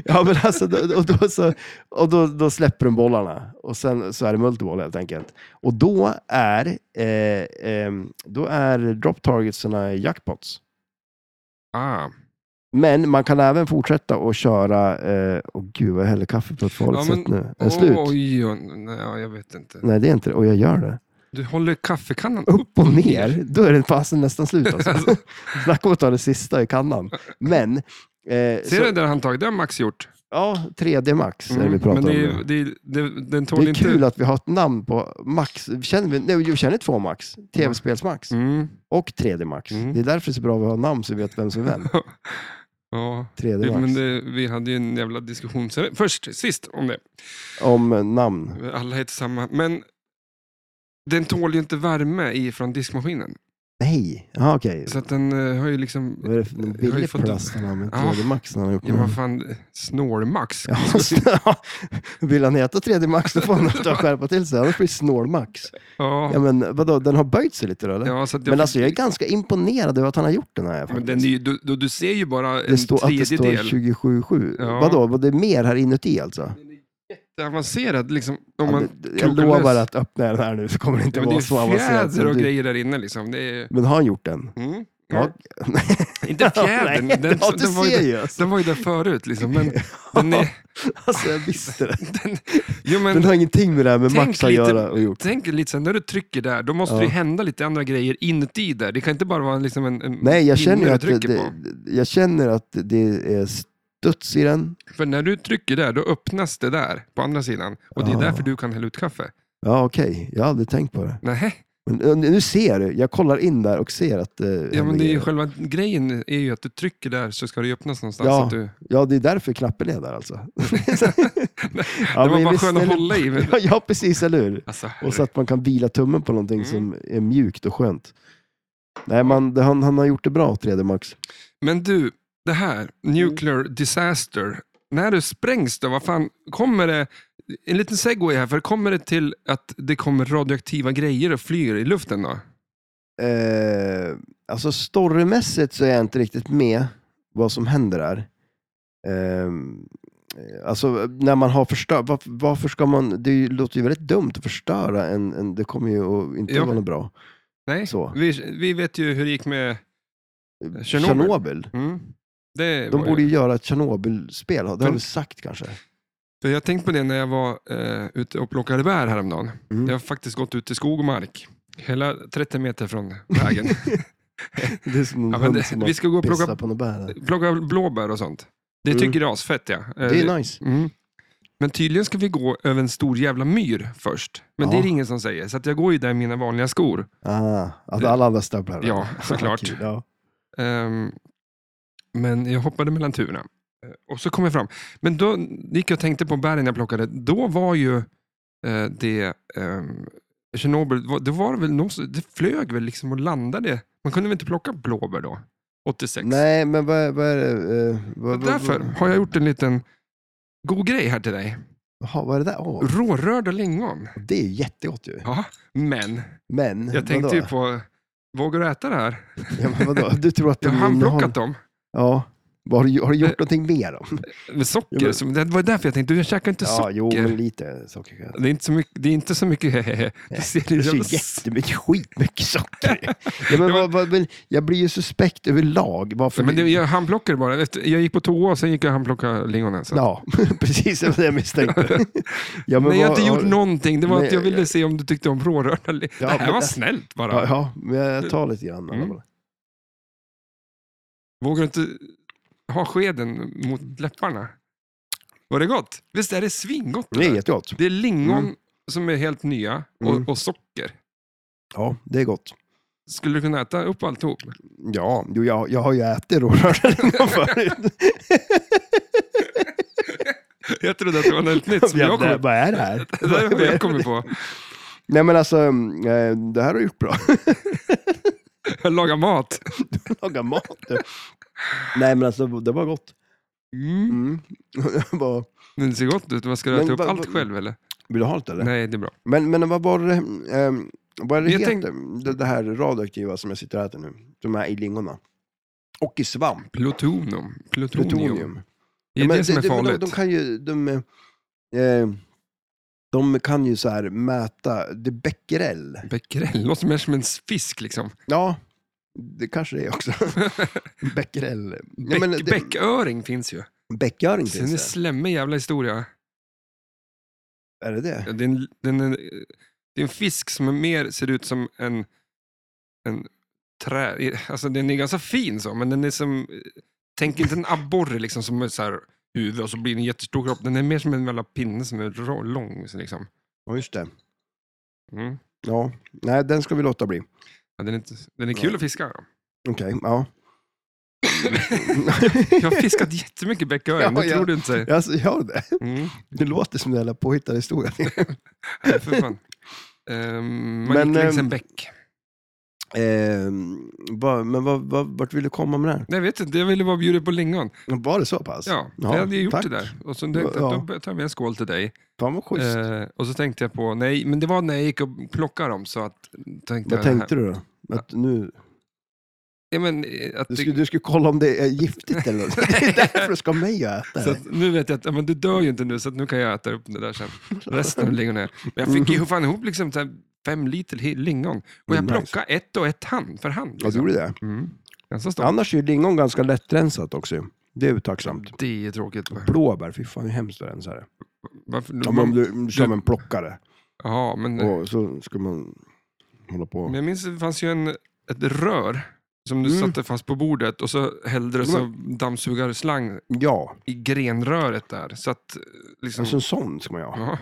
ja, men alltså, då- och då, så, och då, då släpper de bollarna och sen så är det multiball helt enkelt. Och då är, eh, ehm, då är drop targetsarna jackpots. Ah, Men man kan även fortsätta och köra... eh, Åh gud, vad jag häller kaffe på ett farligt Ja, men- sätt nu. Är det slut? Oj, oj, nej, ja, jag vet inte. Nej, det är inte det. Och jag gör det. Du håller kaffekannan upp och ner, då är den fasen nästan (laughs) slut. Alltså. Snacka om att ta det sista i kannan. Men, eh, Ser så, du det där handtaget? Det har Max gjort. Mm, ja, 3D Max är det vi pratar men det, om. är- nu. det, är- det, den tål Det är inte... kul att vi har ett namn på Max. Känner vi, nej, vi känner två Max. Tv-spels-Max Mm. och 3D Max. Mm. Det är därför det är så bra att vi har namn så vi vet vem som är (laughs) vem. Ja, 3D jo, men Max. det, vi hade ju en jävla diskussion sen- först, sist om det. Om eh, namn. Alla heter samma, men den tål ju inte värme ifrån diskmaskinen. Nej, ja okej. Så att den eh, har ju liksom... Vad är det för en Jag har ju billig fått- plast han har med Ja. 3D Max när han har gjort Ja, den? vad fan, Snålmax. Mm. (laughs) (laughs) Ja, snälla. Vill han heta 3D Max då får han (laughs) ta och skärpa till sig, annars blir det Snål-Max. Ja, Ja, men vadå, den har böjt sig lite då eller? ja, så att jag, men alltså jag är ganska imponerad över att han har gjort den här. faktiskt. men den är ju, du, du, du ser ju bara en det står att det står tredjedel. 27-7. Ja. Vadå, vad det är mer här inuti alltså? Det är avancerat liksom. Ja, Om man, men jag krokar lovar lös. att öppna den här nu så kommer det inte ja, men det vara så är avancerat. fjäder som och du- grejer där inne liksom. Det är, Men har han gjort den? (laughs) mm. Ja. Inte fjädern, Nej, den, ja, den, du var ser ju, ju. Alltså. den var ju där förut liksom. (laughs) Men den är, alltså, jag (laughs) visste det. den, jo, men, Den har ingenting med det här med Tänk Max att lite- göra och gjort. Tänk lite sen när du trycker där, då måste Ja. det ju hända lite andra grejer inuti där. Det kan inte bara vara liksom en, en Nej, jag pinne känner, du att det, trycker det, på. jag känner att det är studs i den. För när du trycker där, då öppnas det där på andra sidan. Och det är Ja. därför du kan hälla ut kaffe. Ja, okej. Jag har aldrig tänkt på det. Nej, Men eh, nu ser du. Jag kollar in där och ser att eh, ja, händer men det är grejer. ju själva grejen är ju att du trycker där så ska det ju öppnas någonstans. Ja. Att du, Ja, det är därför knappen är (laughs) där alltså. det var men bara visst skönt är att det- hålla i. Men, (laughs) Ja, ja, precis, eller hur? alltså, Och så att man kan vila tummen på någonting Mm. som är mjukt och skönt. Nej, man, det, han, han har gjort det bra, 3D Max. Men du, det här, nuclear Mm. disaster. När det sprängs då, vad fan, kommer det, en liten segway här, för kommer det till att det kommer radioaktiva grejer och flyger i luften då? Eh, alltså storymässigt så är jag inte riktigt med vad som händer där. Eh, alltså när man har förstört, varför, varför ska man, det är ju- låter ju väldigt dumt att förstöra en, en det kommer ju att inte Ja. vara något bra. Nej, Så. vi, vi vet ju hur det gick med... Tjernobyl. Tjernobyl. Mm, det De var borde ju, ju göra ett Tjernobyl-spel, det har Men- du sagt kanske? för jag tänkte på det när jag var eh, ute och plockade bär häromdagen. Mm. Jag har faktiskt gått ut i skog och mark, hela 30 meter (laughs) från vägen. Det är som en ja, men hund det, som har vi ska gå och plocka, pissat på något bär. plocka blåbär och sånt. Det Mm. tycker jag är asfett. Ja. Eh, Det är nice. Mm. Men tydligen ska vi gå över en stor jävla myr först. Men det Ja. är det ingen som säger, så att jag går ju där i mina vanliga skor. Ah, att alla andra stövlar. va? (laughs) Ja, såklart. Kul, ja. Ehm, men jag hoppade mellan turerna. Eh, Och så kom jag fram. Men då gick jag och tänkte på bären jag plockade. Då var ju eh, det ehm, Tjernobyl, var- det var väl någon, som- det flög väl liksom och landade. Man kunde väl inte plocka blåbär då? 86. Nej, men vad, vad är det? eh, Så vad, vad, därför har jag gjort en liten god grej här till dig. Jaha, vad är det där? Åh, Rårörda lingon. det är ju jättegott ju. Ja, men Men, Jag tänkte typ- vadå? ju på, vågar du äta det här? Ja, men vadå? Du tror att (laughs) Jag har de handplockat Eh, innehåller- dem. Ja. Vad Har du, har du gjort någonting med dem? Med socker. Ja, men- som- Det var därför jag tänkte, jag käkar inte Ja, socker. jo, men lite socker. kan jag- Det är inte så mycket, det är inte så mycket (laughs) det ser Det lite är jävla ju jättemycket, skitmycket socker. (laughs) ja, men, vad, vad, men, jag blir ju suspekt överlag. Varför Ja, men det, det- jag handplockade bara. Efter- Jag gick på toa och sen gick jag och handplockade lingonen. Så. Ja, (laughs) precis det var det (laughs) jag misstänkte. ja, Nej, jag har vad- inte gjort har- någonting. Det var Nej, att jag ville jag- se om du tyckte om rårörda li- Ja, Det här men- var snällt bara. Ja, ja, men jag tar lite grann. i alla Mm. fall. Vågar du inte ha skeden mot läpparna? Var det gott? Visst är det svingott? Det är där? jättegott. det är lingon Mm. som är helt nya och, Mm. och socker. Ja, det är gott. Skulle du kunna äta upp alltihop? Ja, jo, jag, jag har ju ätit rårörda lingon förut. Jag trodde att det var något nytt (laughs) som jag kom, Vad är det här? (laughs) det där var jag kommer på. Nej men alltså, eh, det här har du gjort bra. (laughs) Jag lagar mat. Laga mat. du. Nej men alltså, det var gott. Mm. Mm. (laughs) Vad- Men Det ser gott ut. Vad Ska du Men äta upp vad- allt vad- själv eller? Vill du ha lite eller? Nej, det är bra. Men, men vad var det, ehm, vad är det Jag heter? tänkte- Det, det här radioaktiva som jag sitter och äter nu. De här i lingonen. Och i svamp. Plutonium. Plutonium. Plutonium. Det är men det som är men farligt. De, de kan ju, de, eh, de kan ju så här mäta, det är becquerel. Becquerel låter mer som en fisk liksom. Ja, Det kanske det är (laughs) också. Becquerel. Ja, Bäck, men det- Bäcköring finns ju. Bäcköring Sen är det finns slemmig jävla historia. det. Är det det? Ja, Det är, en, den är, det är en fisk som är mer ser ut som en, en trä... Alltså den är ganska fin så, men den är som... eh, Tänk inte en abborre liksom som är så här huvud och så blir den jättestor kropp. Den är mer som en jävla pinne som är rå- lång. Så liksom. Ja, just det. mm. Ja, nej, den ska vi låta bli. ja, den, är inte, den är kul att fiska. Då. Okej, ja. (laughs) Jag har fiskat jättemycket bäcköring, (laughs) Ja, det ja. tror du inte. Alltså, gör det? Mm. Det låter som en jävla (laughs) påhittad historia. Nej, för fan. Ehm, man Men, gick längs ehm, en bäck. Ehm, vad- men vad, vad, vart vill du komma med det här? Nej, Jag vet inte, jag ville bara bjuda på lingon. Var det så pass? Ja, jag hade ju gjort tack. det där. Och så tänkte jag att då tar vi en skål till dig. Fan vad schysst. Eh, och så tänkte jag på, nej, men det var när jag gick och plockade dem så att... Tänkte vad jag, tänkte du då? Att nu, Ja, men, eh, att du, det, skulle, du skulle kolla om det är giftigt (laughs) eller något. Det är därför du ska ha mig att äta så det. att, nu vet jag att ja, men du dör ju inte nu, så att nu kan jag äta upp det (laughs) där sen. Resten av lingonen. Men jag fick ju fan ihop liksom så här fem liter he- lingon. Och jag Mm, nice. plockade ett och ett hand för hand. Ja, du Liksom. gjorde det. Mm. Ganska stort. Annars är ju lingon ganska lättrensat också. Det är ju tacksamt. Det är tråkigt. va? Blåbär, fy fan hur hemskt det är. här. Varför, Ja, men om du om du kör med en plockare ja, men, och så ska man hålla på. men jag minns att det fanns ju en, ett rör som du Mm. satte fast på bordet och så hällde du så dammsugarslang Ja, i grenröret där. Så att, eh, liksom, alltså en sån ska man ju ha. Ja.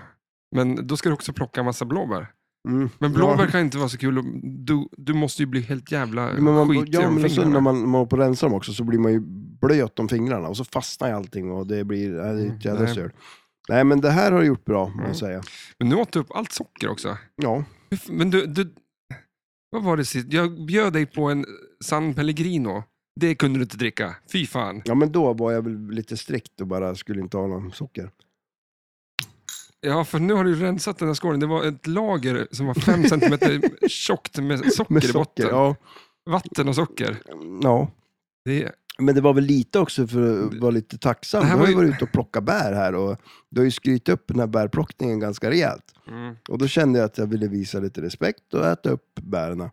Men då ska du också plocka en massa blåbär. Mm. Men blåbär Ja. kan inte vara så kul. om- Du, du måste ju bli helt jävla Men man, skitig ja, om men sen fingrarna. när man, man håller på och rensar dem också så blir man ju blöt om fingrarna och så fastnar ju allting och det blir nej, det är ett jävla Mm, Nej. styr. Nej, men det här har du gjort bra, må Mm. jag säga. Men nu åt du upp allt socker också. Ja, Hur f- Men du, du... Vad var det sist? Jag bjöd dig på en San Pellegrino. Det kunde du inte dricka. Fy fan. ja, men då var jag väl lite strikt och bara skulle inte ha någon socker. Ja, för nu har du rensat den här skålen. Det var ett lager som var (laughs) fem centimeter tjockt med socker Med i botten. socker, ja. Vatten och socker. ja. Det är... Men det var väl lite också för att Det- vara lite tacksam. Det Du här har var ju ju- varit ute och plockat bär här och du har ju skrytit upp den här bärplockningen ganska rejält. Mm. Och då kände jag att jag ville visa lite respekt och äta upp bären.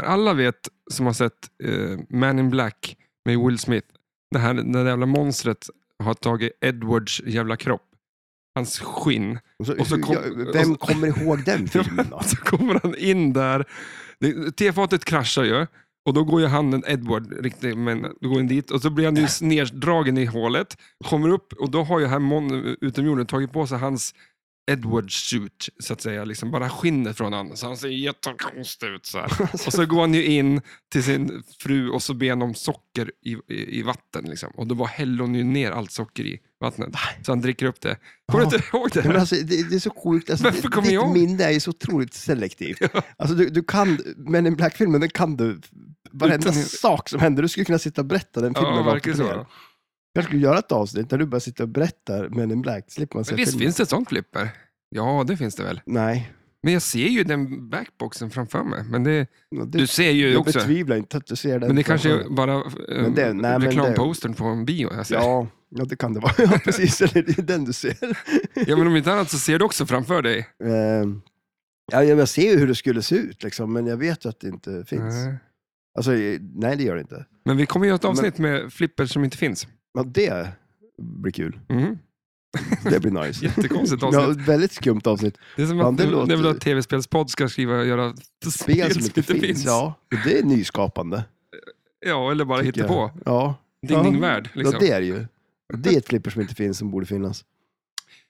För alla vet, som har sett eh, Man in Black med Will Smith, det här det där jävla monstret har tagit Edwards jävla kropp, hans skinn. Och så, Och så alltså- kom- ja, vem och kommer (laughs) ihåg den filmen då? Så kommer han in där, Det- tefatet kraschar ju, och då går ju handen, Edward, riktigt, men då går in dit och så blir han ju nerdragen i hålet, kommer upp och då har ju här mon- utomjorden tagit på sig hans Edward suit, så att säga, liksom bara skinnet från honom. Så han ser jättekonstig ut så här. Och så går han ju in till sin fru och så ber han om socker i, i, i vatten. Liksom. Och då var häller hon ju ner allt socker i vattnet. Så han dricker upp det. Kommer du inte ihåg det? Nej, Men här? alltså, det, det är så sjukt. Alltså, Varför ditt- kommer ditt jag ihåg? minne är ju så otroligt selektivt. Alltså, du, du kan, men en Black-filmen, den kan du varenda Utan- sak som händer. Du skulle kunna sitta och berätta den filmen. Ja, rakt upp och verkligen så. ner. Jag skulle göra ett avsnitt där du bara sitter och berättar Men in Black, slipper man se Men visst filmen. finns det ett sånt flipper? Ja, det finns det väl. Nej. Men jag ser ju den backboxen framför mig. Men det, Ja, det- du ser ju jag också. betvivlar inte att du ser den. Men det kanske är framför dig. bara eh, det- nej, men det- reklampostern på en bio. Jag ser. Ja. Ja, ja, det kan det vara. (laughs) Ja, precis. Eller det är den du ser. men om inte annat så ser du också framför dig. Ehm, ja, jag ser ju hur det skulle se ut, liksom, men jag vet ju att det inte finns. Eh, Alltså, nej, det gör det inte. Men vi kommer göra ett avsnitt med flipper som inte finns. Ja, det blir kul. Mm. Det blir (laughs) nice. (laughs) Jättekonstigt avsnitt. ja, ett väldigt skumt (laughs) avsnitt. Det är som Fan, att det det låter- när vi har tv-spelspodd ska skriva och göra Spel som inte finns. Ja, och det är nyskapande. Ja, eller bara tycker hitta på. jag. Ja, Ding Ja. ding värld. Liksom. ja, det är det ju. Det är ett flipper som inte finns, som (laughs) borde finnas.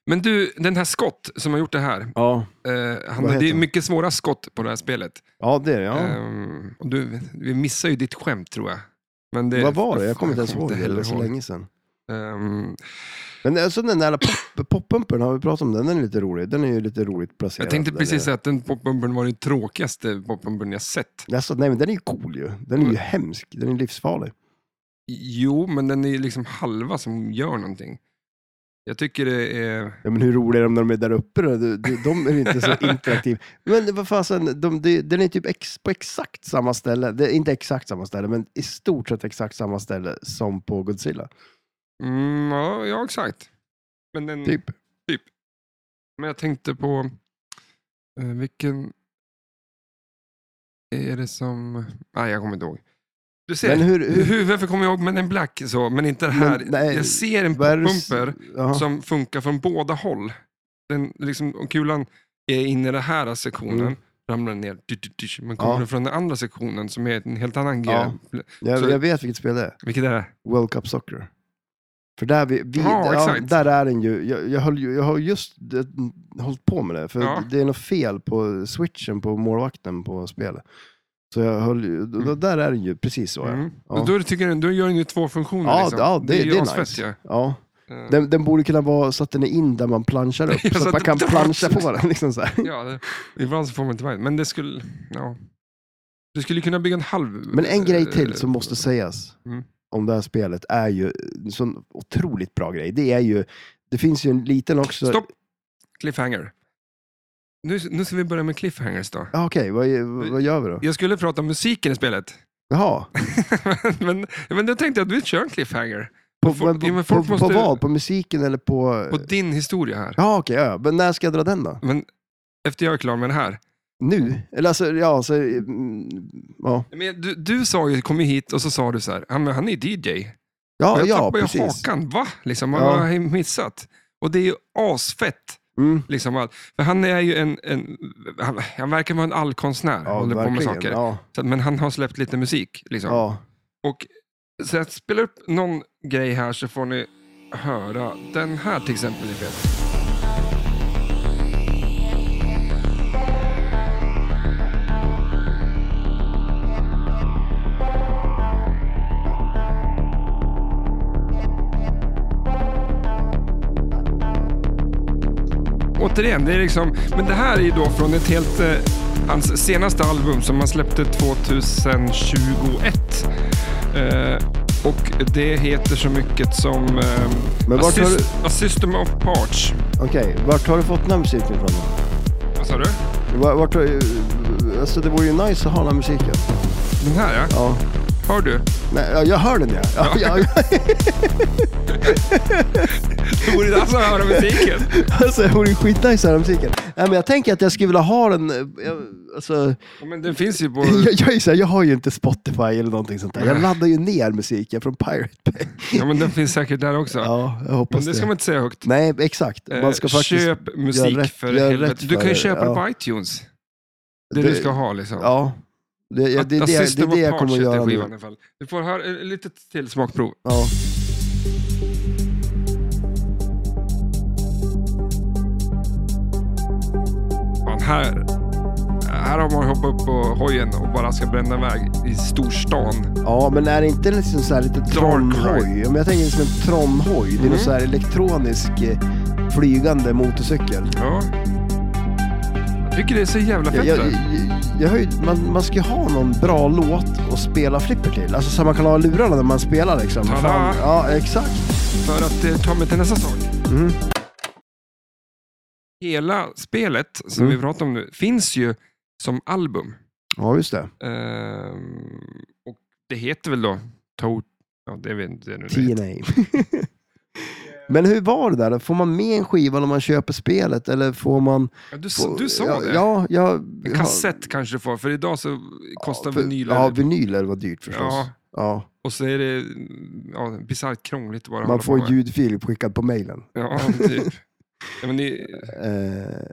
Men du, den här Scott som har gjort det här. Ja, Eh, han, det Vad heter är han? mycket svåra skott på det här spelet. ja det är det. Ja. Ehm, och du, vi missar ju ditt skämt tror jag. Men det, Vad var det? Jag kommer inte ens ihåg det. Det heller var så ihåg. länge sedan. Ehm, Men alltså den där pop- poppumpen, har vi pratat om den? Den är lite rolig. Den är ju lite roligt placerad. jag tänkte den precis är... säga att den poppumpen var den tråkigaste poppumpen jag sett. Alltså, nej, men den är ju cool ju. Den Mm. är ju hemsk. Den är livsfarlig. Jo, men den är liksom halva som gör någonting. Jag tycker det är... Ja, men hur roliga är de när de är där uppe då? De, de, de är (laughs) ju inte så interaktiva. Men vad fasen, de, de, den är typ ex, på exakt samma ställe. Det är inte exakt samma ställe, men i stort sett exakt samma ställe som på Godzilla. Mm, ja, ja, exakt. Men den... Typ. Men jag tänkte på eh, vilken... är det som... Nej, jag kommer inte ihåg. Du ser, Men hur, hur, huvudet för kommer jag ihåg, men en black så, men inte det här. Men, nej, jag ser en vad är det du s- pumper jaha. som funkar från båda håll. Den, liksom, om kulan är inne i den här sektionen, Mm. ramlar den ner. Du, du, du, men kommer Ja. den från den andra sektionen som är en helt annan grej. Ja. så- jag, jag vet vilket spel det är. Vilket är det? World Cup Soccer. För där, vi, vi, Ja, ja, exakt. där är den ju. Jag, jag, höll, ju- jag har just det, hållit på med det, för Ja. det är något fel på switchen på målvakten på spelet. Så jag höll ju, då- Mm. där är den ju precis så. Ja, Mm. Ja. Och Då, tycker jag, då gör den ju två funktioner. ja, liksom. ja det, det, ju är asfett, nice. ju. Ja. Eh, Den, den borde kunna vara så att den är in där man planchar upp, (laughs) Ja, så, så att man att- kan plancha på den. Liksom så här. Ja, det, ibland så får man inte med Men det skulle... Ja. Du skulle kunna bygga en halv... Men en grej till eh, som måste sägas Mm. om det här spelet är ju eh, en sån otroligt bra grej. Det är ju, det finns ju en liten också... Stopp! Cliffhanger. Nu, nu ska vi börja med cliffhangers då. Ja, Okej, vad, vad gör vi då? Jag skulle prata om musiken i spelet. (laughs) Jaha, men, men då tänkte jag att vi kör en cliffhanger. på, Fo- men på, ja, men på, folk på, måste- vad? På musiken eller på... På din historia här. Ja okej, ja, ja. men när ska jag dra den då? Men efter jag är klar med det här. Nu? Eller alltså, ja, så... mm, Ja, Men du, du sa ju, kom ju hit och så sa du så här, "Ja, men han är DJ. ja, jag ja tappade ju precis. hakan, va? Liksom, vad Ja. har jag missat? Och det är ju asfett. Mm. Liksom, allt. för han är ju en, en han, han verkar vara en allkonstnär, Ja, håller på med verkligen. saker. Ja, Så, att- men han har släppt lite musik. Liksom. ja. Och, så jag spelar upp någon grej här så får ni höra. Den här till exempel är fet. Återigen, det är liksom, men det här är ju då från ett helt, eh, hans senaste album som han släppte 2021. Eh, och det heter så mycket som eh, Men vart har A System of Parts. Okej, vart har du fått den här musiken ifrån då? Vad sa du? Vart, vart har, alltså det vore ju nice att ha den här musiken. Den här ja. Ja. Hör du? Nej, ja, jag hör den ja. ja, ja, (laughs) Det vore dags att höra musiken. alltså, det vore ju skitnice att höra musiken. Nej, men jag tänker att jag skulle vilja ha den. eh, Jag, alltså, Ja, Men den finns ju (laughs) på... jag, jag, är ju så här, jag har ju inte Spotify eller någonting sånt där. Jag laddar ju ner musiken från Pirate Bay. Ja, men den finns säkert där också. Ja, jag hoppas men det ska man inte säga högt. Nej, exakt. Man ska Eh, faktiskt... Köp musik göra rätt- för göra helvete. rätt Du kan ju för- köpa det ja. på iTunes. Det, du ska ha liksom. Ja. Det, det, det, Att- det, att det, det System är det of jag kommer Parts att heter göra skivan i nu. alla fall. Du får höra eh, lite till smakprov. Ja. Fan, här, här har man hoppat upp på hojen och bara ska bränna iväg i storstan. ja, men är det inte liksom så här lite tromhoj? Ja, men Jag tänker som en tromhoj. Det är Mm. någon så här elektronisk eh, flygande motorcykel. Ja. Jag tycker det är så jävla fett. Jag, jag, där. jag, jag har ju, man, man ska ju ha någon bra låt att spela flipper till. Alltså så man kan ha lurarna när man spelar liksom. Ta-da! Fan, ja, exakt. För att eh, ta mig till nästa sak. Mm. Hela spelet som Mm. vi pratar om nu finns ju som album. Ja, just det. Ehm, och det heter väl då To... Ja, det vet inte jag nu. TNA. (laughs) Men hur var det där? då? Får man med en skiva när man köper spelet? Eller får man... Ja, du, får- du sa ja, det. Ja, jag... En kassett kanske du får, för idag så kostar för- vinyler... Ja, vinyler var dyrt förstås. Ja, Ja. och så är det ja, bisarrt krångligt bara. att hålla Man på får med. en ljudfil skickad på mejlen. Ja, typ. ja, men, det, Eh,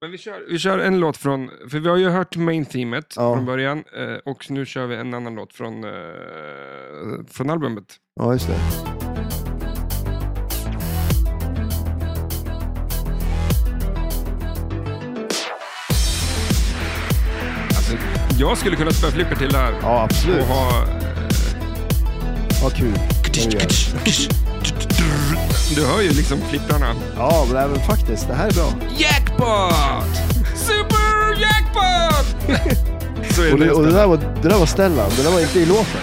men vi, kör, vi kör en låt från, för vi har ju hört main themet Ja. från början eh, och nu kör vi en annan låt från, eh, från albumet. ja, just det. Alltså, jag skulle kunna spela flipper till det här Ja, absolut. och ha... Ja, kul. Ja, vi gör det. Du hör ju liksom flipprarna. Ja, men även faktiskt. Det här är bra. Jackpot! Super (laughs) jackpot! Så är Och det, det, och det, nästa. där, var, det där var Stellan. Det där var inte i låten.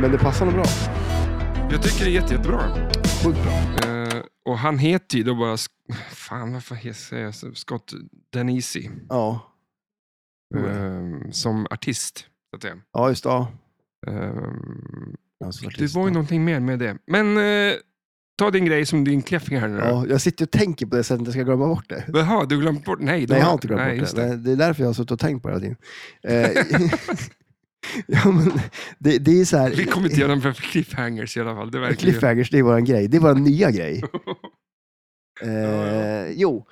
Men det passar nog bra. Jag tycker det är jätte, jättebra. Sjukt bra. Eh, och han heter ju då bara... Sk- Fan, varför he- säger jag så? Scott Denisi Ja, Mm. eh, som artist. Så att säga. ja just det. Ja. Eh, Ja, som det artist, var ju ja. någonting mer med det. Men eh, ta din grej som din klänning här nu då. Ja, jag sitter och tänker på det så att jag inte ska glömma bort det. Jaha, du glömde bort? Nej, då- Nej, jag har inte glömt nej, bort just det. Nej, det är därför jag har suttit och tänkt på det hela tiden. Eh, (laughs) ja, men det, det är så här... Vi kommer inte göra några cliffhangers i alla fall. Det verkar ju... Cliffhangers, det är vår grej. Det är vår nya grej. (laughs) Eh, ja. Jo,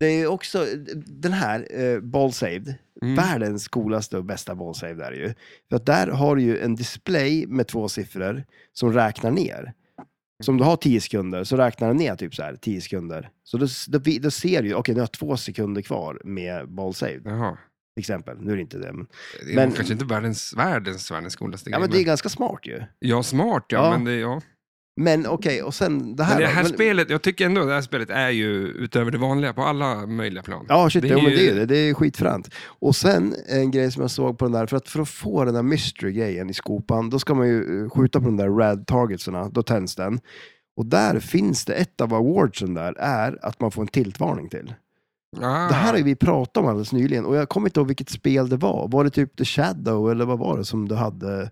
det är också den här, eh, Ball Saved, (laughs) Mm. världens coolaste och bästa Ball Saved är det ju. För att där har du ju en display med två siffror som räknar ner. Så om du har 10 sekunder så räknar den ner typ så här 10 sekunder. Så då, då, då ser du ju, okej nu har jag två sekunder kvar med Ball Saved, till Jaha. exempel. Nu är det inte det, men, Det är Men- kanske inte världens, världens, världens coolaste ja, grej. men det är ganska smart ju. Ja, smart ja. Ja. Men det, ja. Men okej, och sen det här Men det då. här Men- spelet, jag tycker ändå det här spelet är ju utöver det vanliga på alla möjliga plan. Ja, shit, Det det är är, ja, men ju- det, är, det. det är skitfränt. Och sen en grej som jag såg på den där, för att för att få den där mystery-grejen i skopan, då ska man ju eh, skjuta på de där red targetsarna, då tänds den. Och där finns det, ett av awardsen där är att man får en tiltvarning till. Ah. Det här har ju vi pratat om alldeles nyligen och jag kommer inte ihåg vilket spel det var. Var det typ The Shadow eller vad var det som du hade?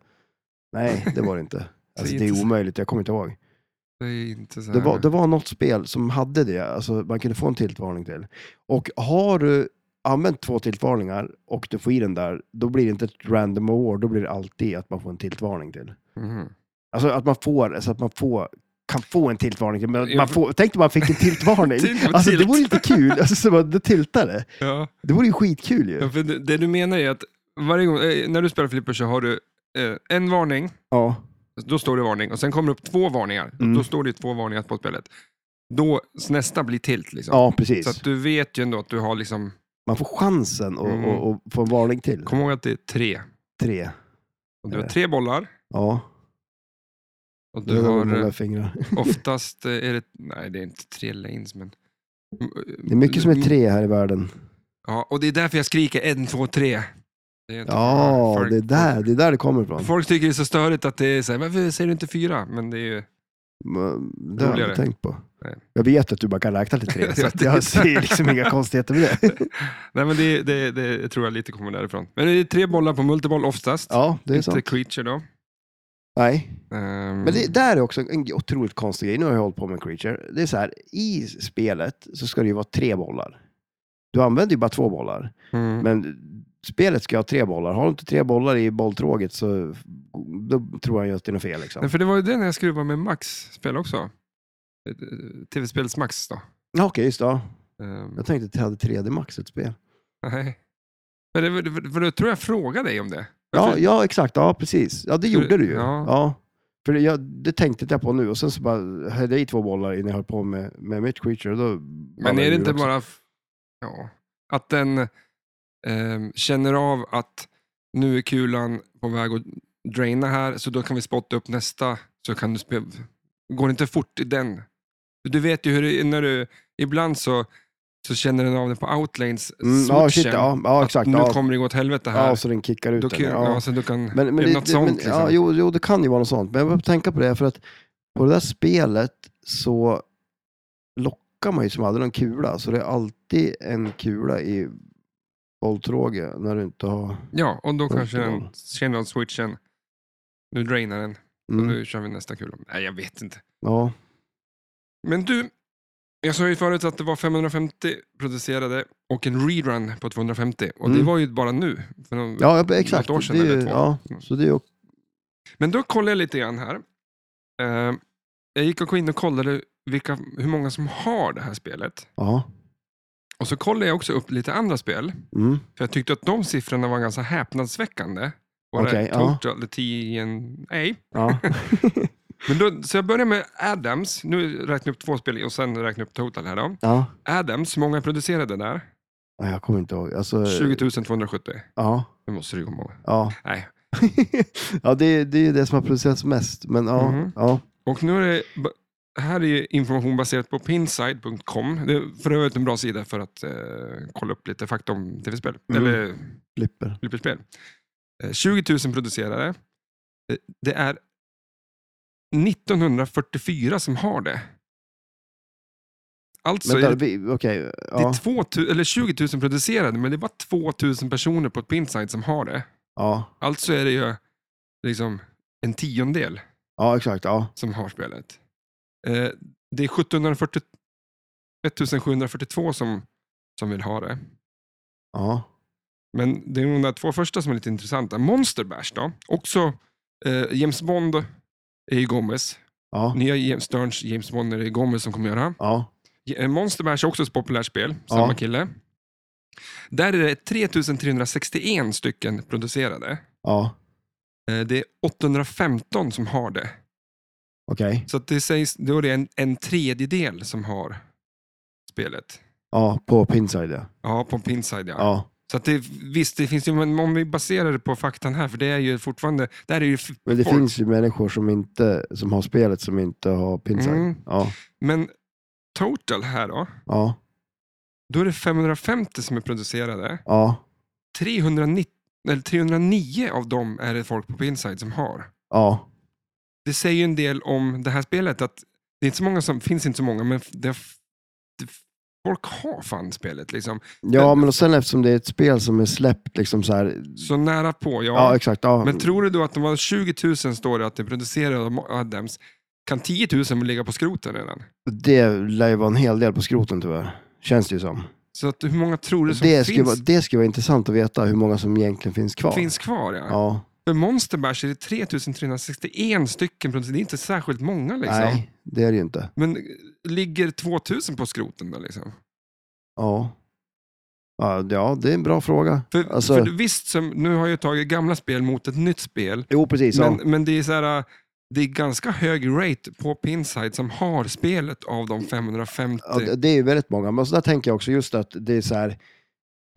Nej, det var det (laughs) inte. Alltså, det är intressant. omöjligt, jag kommer inte ihåg. Det är inte så här. Det var, det var något spel som hade det, alltså man kunde få en tiltvarning till. Och har du använt två tiltvarningar och du får i den där, då blir det inte ett random award, då blir det alltid att man får en tiltvarning till. Mhm. Alltså att man får, alltså att man får, kan få en tiltvarning till, men Jag- man får, tänk om (laughs) man fick en tiltvarning. Tilt på alltså det tilt. vore lite kul, alltså så man det tiltade. Ja. Det vore ju skitkul ju. Ja, för det, det du menar är att varje gång, eh, när du spelar flipper så har du eh, en varning, Ja, då står det varning, och sen kommer det upp två varningar, Mm. då står det ju två varningar på spelet. Då, s- nästa blir tilt liksom. ja Så att precis. du vet ju ändå att du har liksom, Man får chansen att Mm. och, och få en varning till. kom ihåg att det är tre. Tre. Och du har tre bollar, Ja, och Eh. det du var har många eh, fingrar. oftast, eh, är det, nej det är inte tre lanes men... mm, Det är mycket som är tre här i världen. Ja, och det är därför jag skriker en, två, tre. Det är inte- Ja, folk- det är där det, är där det kommer ifrån. Folk tycker det är så störigt att det är så här, varför säger du inte fyra? Men det är ju... Mm, Det har jag Roligare. inte tänkt på. Nej. Jag vet att du bara kan räkna (laughs) till tre, så att jag ser liksom inga konstigheter med det. Nej, men det, det, det tror jag lite kommer därifrån. Men det är tre bollar på multiboll oftast. Ja, det är inte sant. creature då. Nej. Ehm, Men det där är också en otroligt konstig grej. Nu har jag hållit på med Creature. Det är så här, i spelet så ska det ju vara tre bollar. Du använder ju bara två bollar, mm. men spelet ska ha tre bollar. Har du inte tre bollar i bolltråget så då tror jag ju att det är något fel. Liksom. Nej, för det var ju det när jag skruvade med Max spel också. Eh, Tv-spels Max då. Ja, Okej, just det. Ja. Ehm, Jag tänkte att jag hade 3D Max ett spel. nej. Men det, var- för, för då tror jag frågade dig om det. Ja, Varför- ja, exakt. Ja, precis. Ja, det gjorde du ju. Ja. Ja. För det, jag, det tänkte jag på nu och sen så bara höjde jag i två bollar innan jag höll på med, med mitt creature. Då Men ballade är det ur inte också. bara f- ja, att den ehm, känner av att nu är kulan på väg att draina här, så då kan vi spotta upp nästa. Så kan du spela. Går det inte fort i den? Du vet ju hur det är när du, ibland så, så känner den av det på outlanes Mm, switchen. ja, shit, ja, ja, exakt. Nu Ja, kommer det gå åt helvete här. ja, så den kickar ut då den. kul, ja. Ja. så du kan, Men, men är det, något det, sånt men, liksom. ja, jo, jo, det kan ju vara något sånt. Men jag behöver tänka på det, för att på det där spelet så lockar man ju som aldrig någon kula. Så det är alltid en kula i bolltråge när du inte har... ja, och då Multiboll. kanske den känner av switchen. Nu drainar den, Mm, och nu kör vi nästa kula. Nej, jag vet inte. Ja, Men du, jag sa ju förut att det var 550 producerade och en rerun på 250. Och det Mm. var ju bara nu. För någon, ja ja, exakt. Något år sedan det är, eller ju- två. Mm. ja, så det är ju Men då kollade jag lite grann här. Eh, jag gick och in och kollade vilka, hur många som har det här spelet. Ja. Och så kollade jag också upp lite andra spel. Mm. För jag tyckte att de siffrorna var ganska häpnadsväckande. Var Okej, det ja. total, tien, nej. Ja. Men då, så jag börjar med Adams. Nu räknar jag upp två spel och sen räknar jag upp total här då. (laughs) ja. Adams, hur många producerade där? Nej, Jag kommer inte ihåg. Alltså, 20 270. Ja. Nu måste du komma ihåg. Ja. Nej. (laughs) ja, det är, det är ju det som har producerats mest. Men ja. Mhm. ja. Och nu är det, här är information baserat på pinside.com. Det är för övrigt en bra sida för att eh, kolla upp lite fakta om tv-spel. Mm. Eller Flipper. flipperspel. Eh, 20 000 producerare. Eh, Det är 1944 som har det. Alltså Vänta, är det, vi, okej. det är ja. 2000, eller 20 000 producerade, men det är bara 2 000 personer på ett pinside som har det. ja. Alltså är det ju liksom en tiondel Ja, exakt. Ja. som har spelet. Eh, det är 1740, 1742 som, som vill ha det. Ja. Men det är nog de två första som är lite intressanta. Monster Bash då. Också eh, James Bond är ju Gomez. Ja. Nya James, Sterns James Bond är det Gomez som kommer göra. Ja. Eh, Monster Mash är också ett populärt spel, Ja. samma kille. Där är det 3361 stycken producerade. Ja. Eh, Det är 815 som har det. Okej. Så att det sägs, då är det en, en tredjedel som har spelet. Ja, på Pinside ja. Ja, på Pinside ja. Ja. Så att det, visst, det finns ju, men om vi baserar det på faktan här, för det är ju fortfarande, där är ju f- Men det folk. finns ju människor som, inte, som har spelet som inte har Pinside. Mm. Ja. Men total här då, Ja. då är det 550 som är producerade. Ja. 390, eller 309 av dem är det folk på Pinside som har. Ja. Det säger ju en del om det här spelet, att det är inte så många som, finns inte så många, men det, det, folk har fan spelet liksom. Ja, men och sen eftersom det är ett spel som är släppt liksom så här. Så nära på, Ja, ja. exakt. Ja. Men tror du då att de var 20 000 står det att det producerade av Adams, kan 10 000 ligga på skroten redan? Det lär ju vara en hel del på skroten tyvärr. Känns det ju som. Så att, hur många tror du som Det skulle, finns, vara, det skulle vara intressant att veta hur många som egentligen finns kvar. finns kvar? Ja. Ja. För Monster Bash är det 3361 stycken, producerade. det är inte särskilt många liksom. Nej, det är det ju inte. Men eh, ligger 2000 på skroten då liksom? Ja. Ja, ja, det är en bra fråga. För, Alltså- för visst, som, nu har jag tagit gamla spel mot ett nytt spel, Jo, precis. men, ja. men det är så här, eh, det är ganska hög rate på Pinside som har spelet av de 550. Ja, det- det är ju väldigt många. Men så där tänker jag också just att det är så här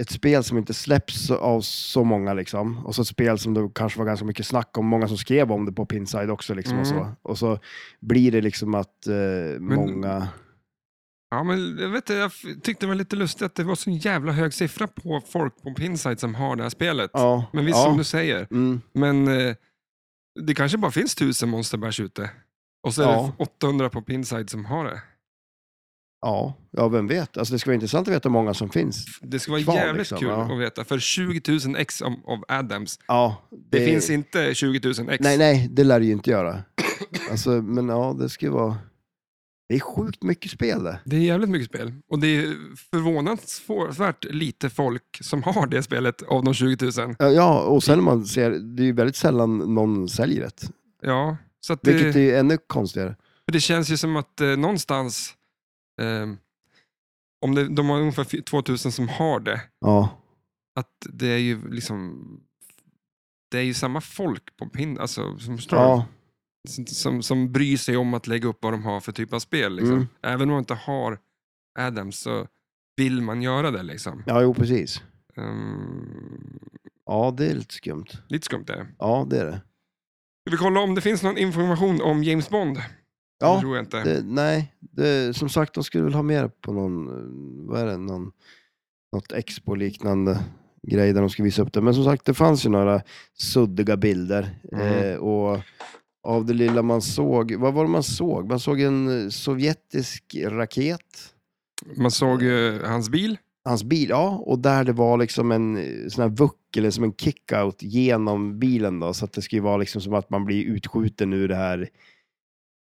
ett spel som inte släpps av så många liksom. Och så ett spel som det kanske var ganska mycket snack om. Många som skrev om det på Pinside också liksom och så. Mm. Och så blir det liksom att eh, många... Ja, men jag, vet, inte, jag f- tyckte det var lite lustigt att det var så en jävla hög siffra på folk på Pinside som har det här spelet. Ja. Men visst, ja. som du säger. Mm. Men eh, det kanske bara finns tusen monsterbärs ute. Och så är Ja. det 800 på Pinside som har det. Ja, ja, vem vet. Alltså, det skulle vara intressant att veta hur många som finns. Det skulle vara Kvar, jävligt liksom, kul ja. att veta. För 20 000 ex av, av Adams. Ja, Det, finns inte 20 000 ex. Nej, nej, det lär det ju inte göra. Alltså, men ja, det skulle vara... Det är sjukt mycket spel det. Det är jävligt mycket spel. Och det är förvånansvärt lite folk som har det spelet av de 20 000. Ja, Ja, och sen när man ser, det är ju väldigt sällan någon säljer det. Ja, så att det... Vilket är ännu konstigare. För det känns ju som att eh, någonstans, ehm, om det, de har ungefär fy- 2000 som har det, Ja, att det är ju liksom det är ju samma folk på pin, alltså, som, står- ja, som, som, som bryr sig om att lägga upp vad de har för typ av spel. Liksom. Mm. Även om man inte har Adams så vill man göra det. Liksom. ja jo precis. Ehm, Ja, det är lite skumt. lite skumt det. Ja, det är det. Ska vi kolla om det finns någon information om James Bond? Det Ja, tror jag inte. det, nej, det, som sagt, de skulle väl ha mer på någon, eh, vad är det, någon, något expo-liknande grej där de skulle visa upp det. Men som sagt, det fanns ju några suddiga bilder. Mm. Eh, och av det lilla man såg, vad var det man såg? Man såg en eh, sovjetisk raket. Man såg ju hans bil. hans bil, ja. Och där det var liksom en eh, sån här vuck eller som en kickout genom bilen då. Så att det skulle vara liksom som att man blir utskjuten ur det här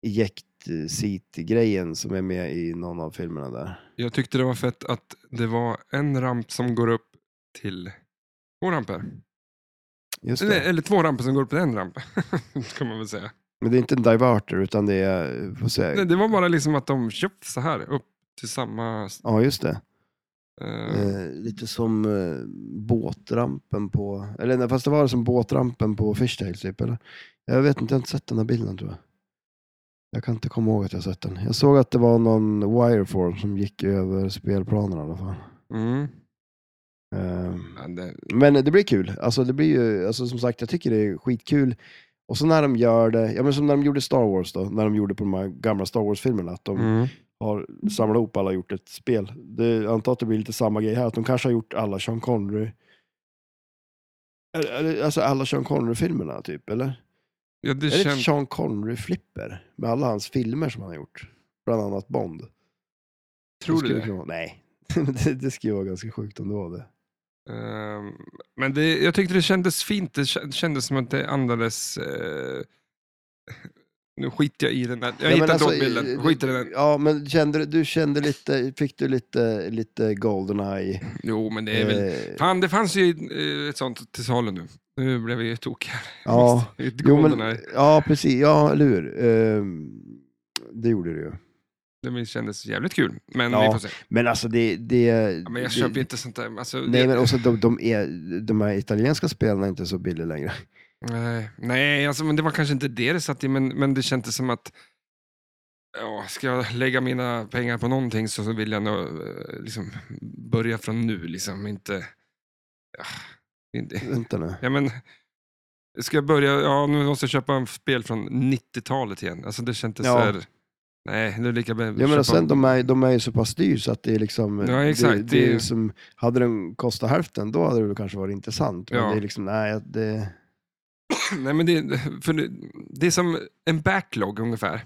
eject seat grejen som är med i någon av filmerna där. Jag tyckte det var fett att det var en ramp som går upp till två ramper. Just Eller, det. eller två ramper som går upp till en ramp. (laughs) kan man väl säga. Men det är inte en diverter utan det är, eh, får Nej, se. det var bara liksom att de köpte så här upp till samma... Ja, just det. Eh, Eh, lite som eh, båtrampen på, eller nej, fast det var som båtrampen på Fishtail typ, eller? Jag vet inte, jag har inte sett den här bilden tror jag. Jag kan inte komma ihåg att jag har sett den. Jag såg att det var någon wireform som gick över spelplanen i alla fall. mm. Eh, Ja, det, men det blir kul. Alltså det blir ju, alltså som sagt, jag tycker det är skitkul. Och så när de gör det, ja men som när de gjorde Star Wars då, när de gjorde på de här gamla Star Wars-filmerna, att de mm. har samlat ihop alla och gjort ett spel. Det, jag antar att det blir lite samma grej här, att de kanske har gjort alla Sean Connery. Eller- eller, Alltså alla Sean Connery-filmerna typ, eller? ja, det är det ett känns... Sean Connery-flipper med alla hans filmer som han har gjort? Bland annat Bond. Tror du skulle det? kunna vara- Nej, (laughs) det, det skulle vara ganska sjukt om det var det. Ehm, men det, jag tyckte det kändes fint. Det kä- kändes som att det andades... Eh, (laughs) nu skiter jag i den där. Jag men hittar alltså, drogbilden, eh, skiter i den. Ja, men kände du, du kände lite, fick du lite, lite Goldeneye? Jo, men det är väl... eh, Fan, det fanns ju eh, ett sånt till salen nu. Nu blev vi ju tokiga. (laughs) ja, Ett jo, Goldeneye, men, ja, precis. Ja, eller hur? Ehm, det gjorde du ju. det kändes jävligt kul. Men Ja. vi får se. Men alltså det... det Ja, men jag det- köper ju inte sånt där. Alltså, Nej, det, men också de, de, är, de här italienska spelarna är inte så billiga längre. (laughs) nej, nej alltså, men det var kanske inte det det satt i, men, men det kändes som att ja, ska jag lägga mina pengar på någonting så så vill jag nog eh, liksom, börja från nu. Liksom. Inte, ja, inte, Vänta nu. ja, men, ska jag börja, ja nu måste jag köpa en spel från 90-talet igen. Alltså det kändes Ja. så här, nej det är lika bra. Ja, men och sen de är, de är ju så pass dyr så att det är liksom... Ja, exakt. Det, Det det är- är som, hade den kostat hälften, då hade det väl kanske varit intressant. Men Ja. det är liksom, nej, det... (clears throat) Nej, men det, för det, det är som en backlog ungefär.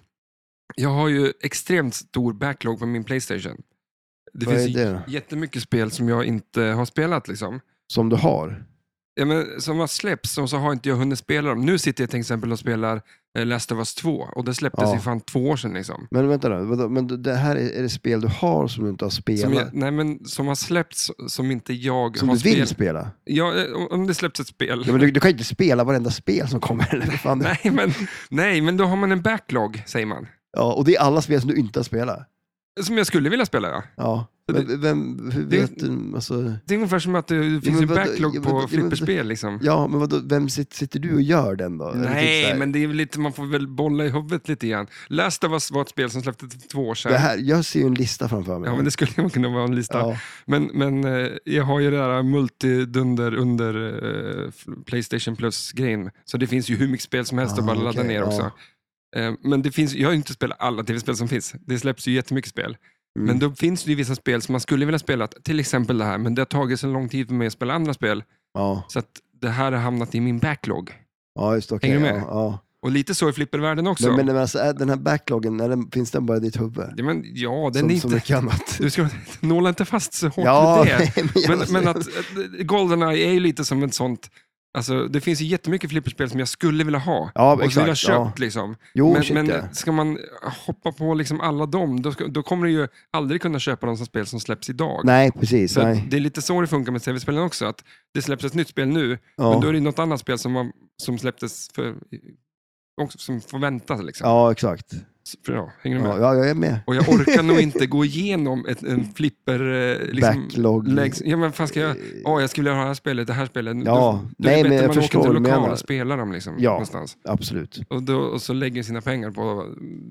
Jag har ju extremt stor backlog på min Playstation. Det Vad finns är det då? ju jättemycket spel som jag inte har spelat. liksom. Som du har. Ja, men, som har släppts och så har inte jag hunnit spela dem. Nu sitter jag till exempel och spelar eh, Last of Us 2 och det släpptes Ja. ju fan två år sedan. Liksom. Men vänta nu, vadå? men det här är, är det spel du har som du inte har spelat? Som, jag, nej, men, som har släppts som inte jag som har du vill spelat. spela? Ja, eh, om- om det släpps ett spel. Ja, men du, du kan ju inte spela varenda spel som kommer. eller vad (laughs) Fan. nej, men, nej, men då har man en backlog, säger man. Ja, och det är alla spel som du inte har spelat. Som jag skulle vilja spela, ja. Ja. Så Men, vem, hur det- vet du? Alltså, Det är ungefär som att det finns men en vadå- backlog ja, men- ja, på men- flipperspel. Liksom. ja, men vadå, vem sit- sitter du och gör den då? Är det typ så Nej, här- men det är väl lite, man får väl bolla i huvudet lite grann. Last of Us var ett spel som släpptes för två år sedan. Det här, jag ser ju en lista framför mig. Ja, men det skulle ju kunna vara en lista. Ja. Men, men eh, jag har ju det där multidunder under eh, f- Playstation Plus-grejen. Så det finns ju hur mycket spel som helst att Ah, bara ladda okej, ner ja. också. Eh, Men det finns, jag har ju inte spelat alla tv-spel som finns. Det släpps ju jättemycket spel. Mm. Men då finns det ju vissa spel som man skulle vilja spela. Till exempel det här, men det har tagit så lång tid för mig att spela andra spel. ja. Så att det här har hamnat i min backlog. ja, just det. okej, Hänger du med? Ja, ja. Och lite så i flippervärlden också. Men, men, men alltså, är den här backloggen, är den, finns den bara i ditt huvud? ja, men, ja, den är som, som inte... mycket annat. Du ska (laughs) nåla inte fast så hårt Ja, alltså. med det. nej, (laughs) men, jag- Men, men att att Goldeneye är ju lite som ett sånt... Alltså, det finns ju jättemycket flipperspel som jag skulle vilja ha. Ja, och exakt. vill ha köpt ja. liksom. Jo, men, shit, men ja. ska man eh, hoppa på liksom alla dem, då, ska, då kommer du ju aldrig kunna köpa de som spel som släpps idag. Nej, precis. Så att Nej. det är lite så det funkar med tv-spelen också. Att det släpps ett nytt spel nu, men då är Ja. det något annat spel som, man, som släpptes för... Också, som får vänta liksom. ja, exakt. Så- för, ja, hänger du med? Ja, ja, jag är med. Och jag orkar nog inte gå igenom ett, en flipper... eh, Liksom, Backlog. läggs, ja, men fan ska jag... Åh, jag skulle vilja ha det här spelet, det här spelet. Eh. Ja, Då- då är nej, det bättre men jag man åker förstår till vad du lokal menar. och spelar dem liksom, Ja. någonstans. Absolut. Och, då, och så lägger sina pengar på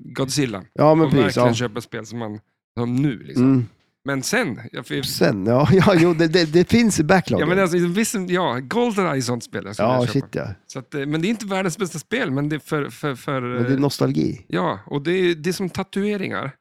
Godzilla. Ja, men och precis. verkligen Ja. köper spel som man som nu. Liksom. Mm. Men sen, jag, för, Sen, ja, (laughs) ja jo, det, det, det finns i ja, backloggen. men alltså, visst, ja, Goldeneye är ett sånt spel jag skulle ja vilja shit köpa. ja. Så att, eh, men det är inte världens bästa spel, men det är för... för, för Men det är eh, nostalgi. ja, och det är, det är som tatueringar.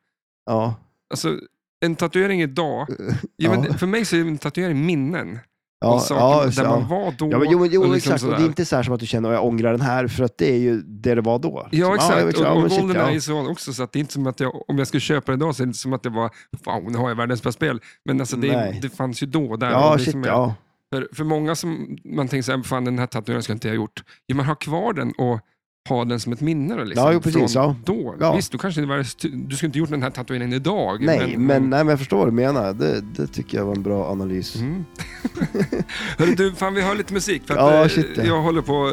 Ja. Alltså, en tatuering idag, ja, (laughs) Ja. Men för mig så är en tatuering minnen. Ja, av saker där ja. man var då. Ja, men, jo, men, jo, och liksom exakt. Och det är sådär. inte så här som att du känner att jag ångrar den här, för att det är ju det det var då. Ja, Liksom, exakt. Ja, och och men shit, Golden ja. är ju så också, så att det är inte som att jag, om jag skulle köpa det idag så är det inte som att det var, wow, nu har jag världens bästa spel. Men alltså, det, Nej. det fanns ju då. Där, Ja, och det shit, som är- liksom ja. för, för många som man tänker så här, fan den här tatueringen ska inte jag ha gjort. Ja, man har kvar den och ha den som ett minne då, liksom, Ja, jo, precis. från Ja. då. Ja. Visst, du kanske inte var, du skulle inte gjort den här tatueringen idag. Nej, men, nej, men jag förstår vad du menar. Det, det tycker jag var en bra analys. Mm. (laughs) Hörru du, fan vi har lite musik för att Ja, eh, shit, ja. jag håller på att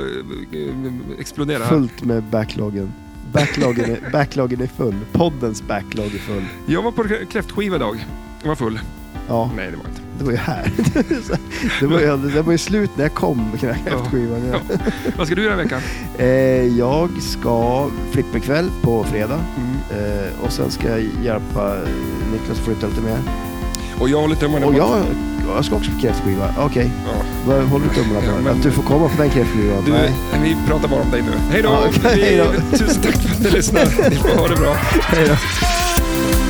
eh, explodera. här. Fullt med backloggen. Backloggen är, backloggen är full. Poddens backlog är full. Jag var på kräftskiva idag. Jag var full. Ja, Nej, det var jag inte. det var ju här. (laughs) Det var ju, det var ju slut när jag kom, kräftskivan. Ja. Vad ska du göra i veckan? Eh, jag ska flipperkväll på fredag. Mm. Eh, och sen ska jag hjälpa Niklas flytta lite mer. Och jag håller tummarna Och på jag, jag ska också på kräftskiva. Okej, Ja. vad håller du (laughs) tummarna Ja, för? men- Att du får komma på den kräftskivan? Du, Nej. vi pratar bara om dig nu. Hej då! Ja, okej, Vi- hej då. Tusen tack för att ni lyssnade. Ni får ha det bra. Hej då.